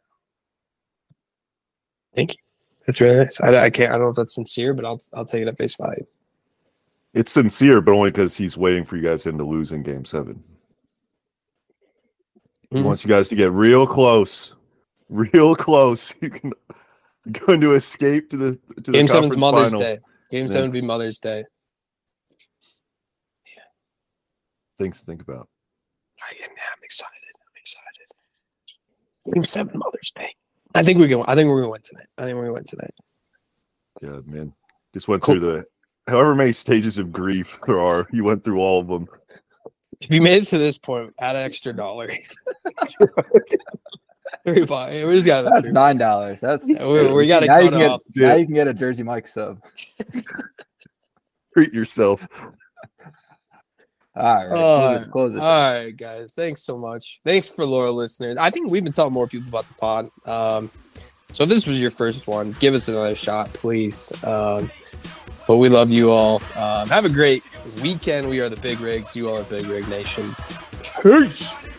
Speaker 2: That's really nice. I, I can't. I don't know if that's sincere, but I'll I'll take it at face value.
Speaker 5: It's sincere, but only because he's waiting for you guys him to lose in game seven. He
Speaker 2: Mhm.
Speaker 5: wants you guys to get real close. Real close. (laughs) You can you're going to escape to the to the
Speaker 2: Game
Speaker 5: conference
Speaker 2: seven's Mother's
Speaker 5: final.
Speaker 2: Day. Game
Speaker 5: Yeah.
Speaker 2: seven would be Mother's Day.
Speaker 5: Things to think about.
Speaker 2: I am, yeah, I'm excited. I'm excited. Game seven Mother's Day. I think we're gonna. I think we're gonna win tonight. I think we're gonna win tonight.
Speaker 5: Yeah, man. Just went
Speaker 2: Cool.
Speaker 5: through the however many stages of grief there are. You went through all of them.
Speaker 2: If you made it to this point, add an extra dollar. (laughs) three bucks. We just got the
Speaker 4: That's
Speaker 2: three
Speaker 4: nine
Speaker 2: bucks.
Speaker 4: dollars. That's
Speaker 2: Yeah, (laughs) we- we gotta
Speaker 4: now you
Speaker 2: cut
Speaker 4: can get,
Speaker 2: off.
Speaker 4: now
Speaker 5: Dude.
Speaker 4: you can get a Jersey Mike sub.
Speaker 5: Treat yourself.
Speaker 4: All right,
Speaker 2: Alright,
Speaker 4: close it. Close it.
Speaker 2: All right, guys. Thanks so much. Thanks for loyal listeners. I think we've been telling more people about the pod. Um, so if this was your first one, give us another shot, please. Um, but we love you all. Um, have a great weekend. We are the Big Rigs. You are Big Rig Nation. Peace.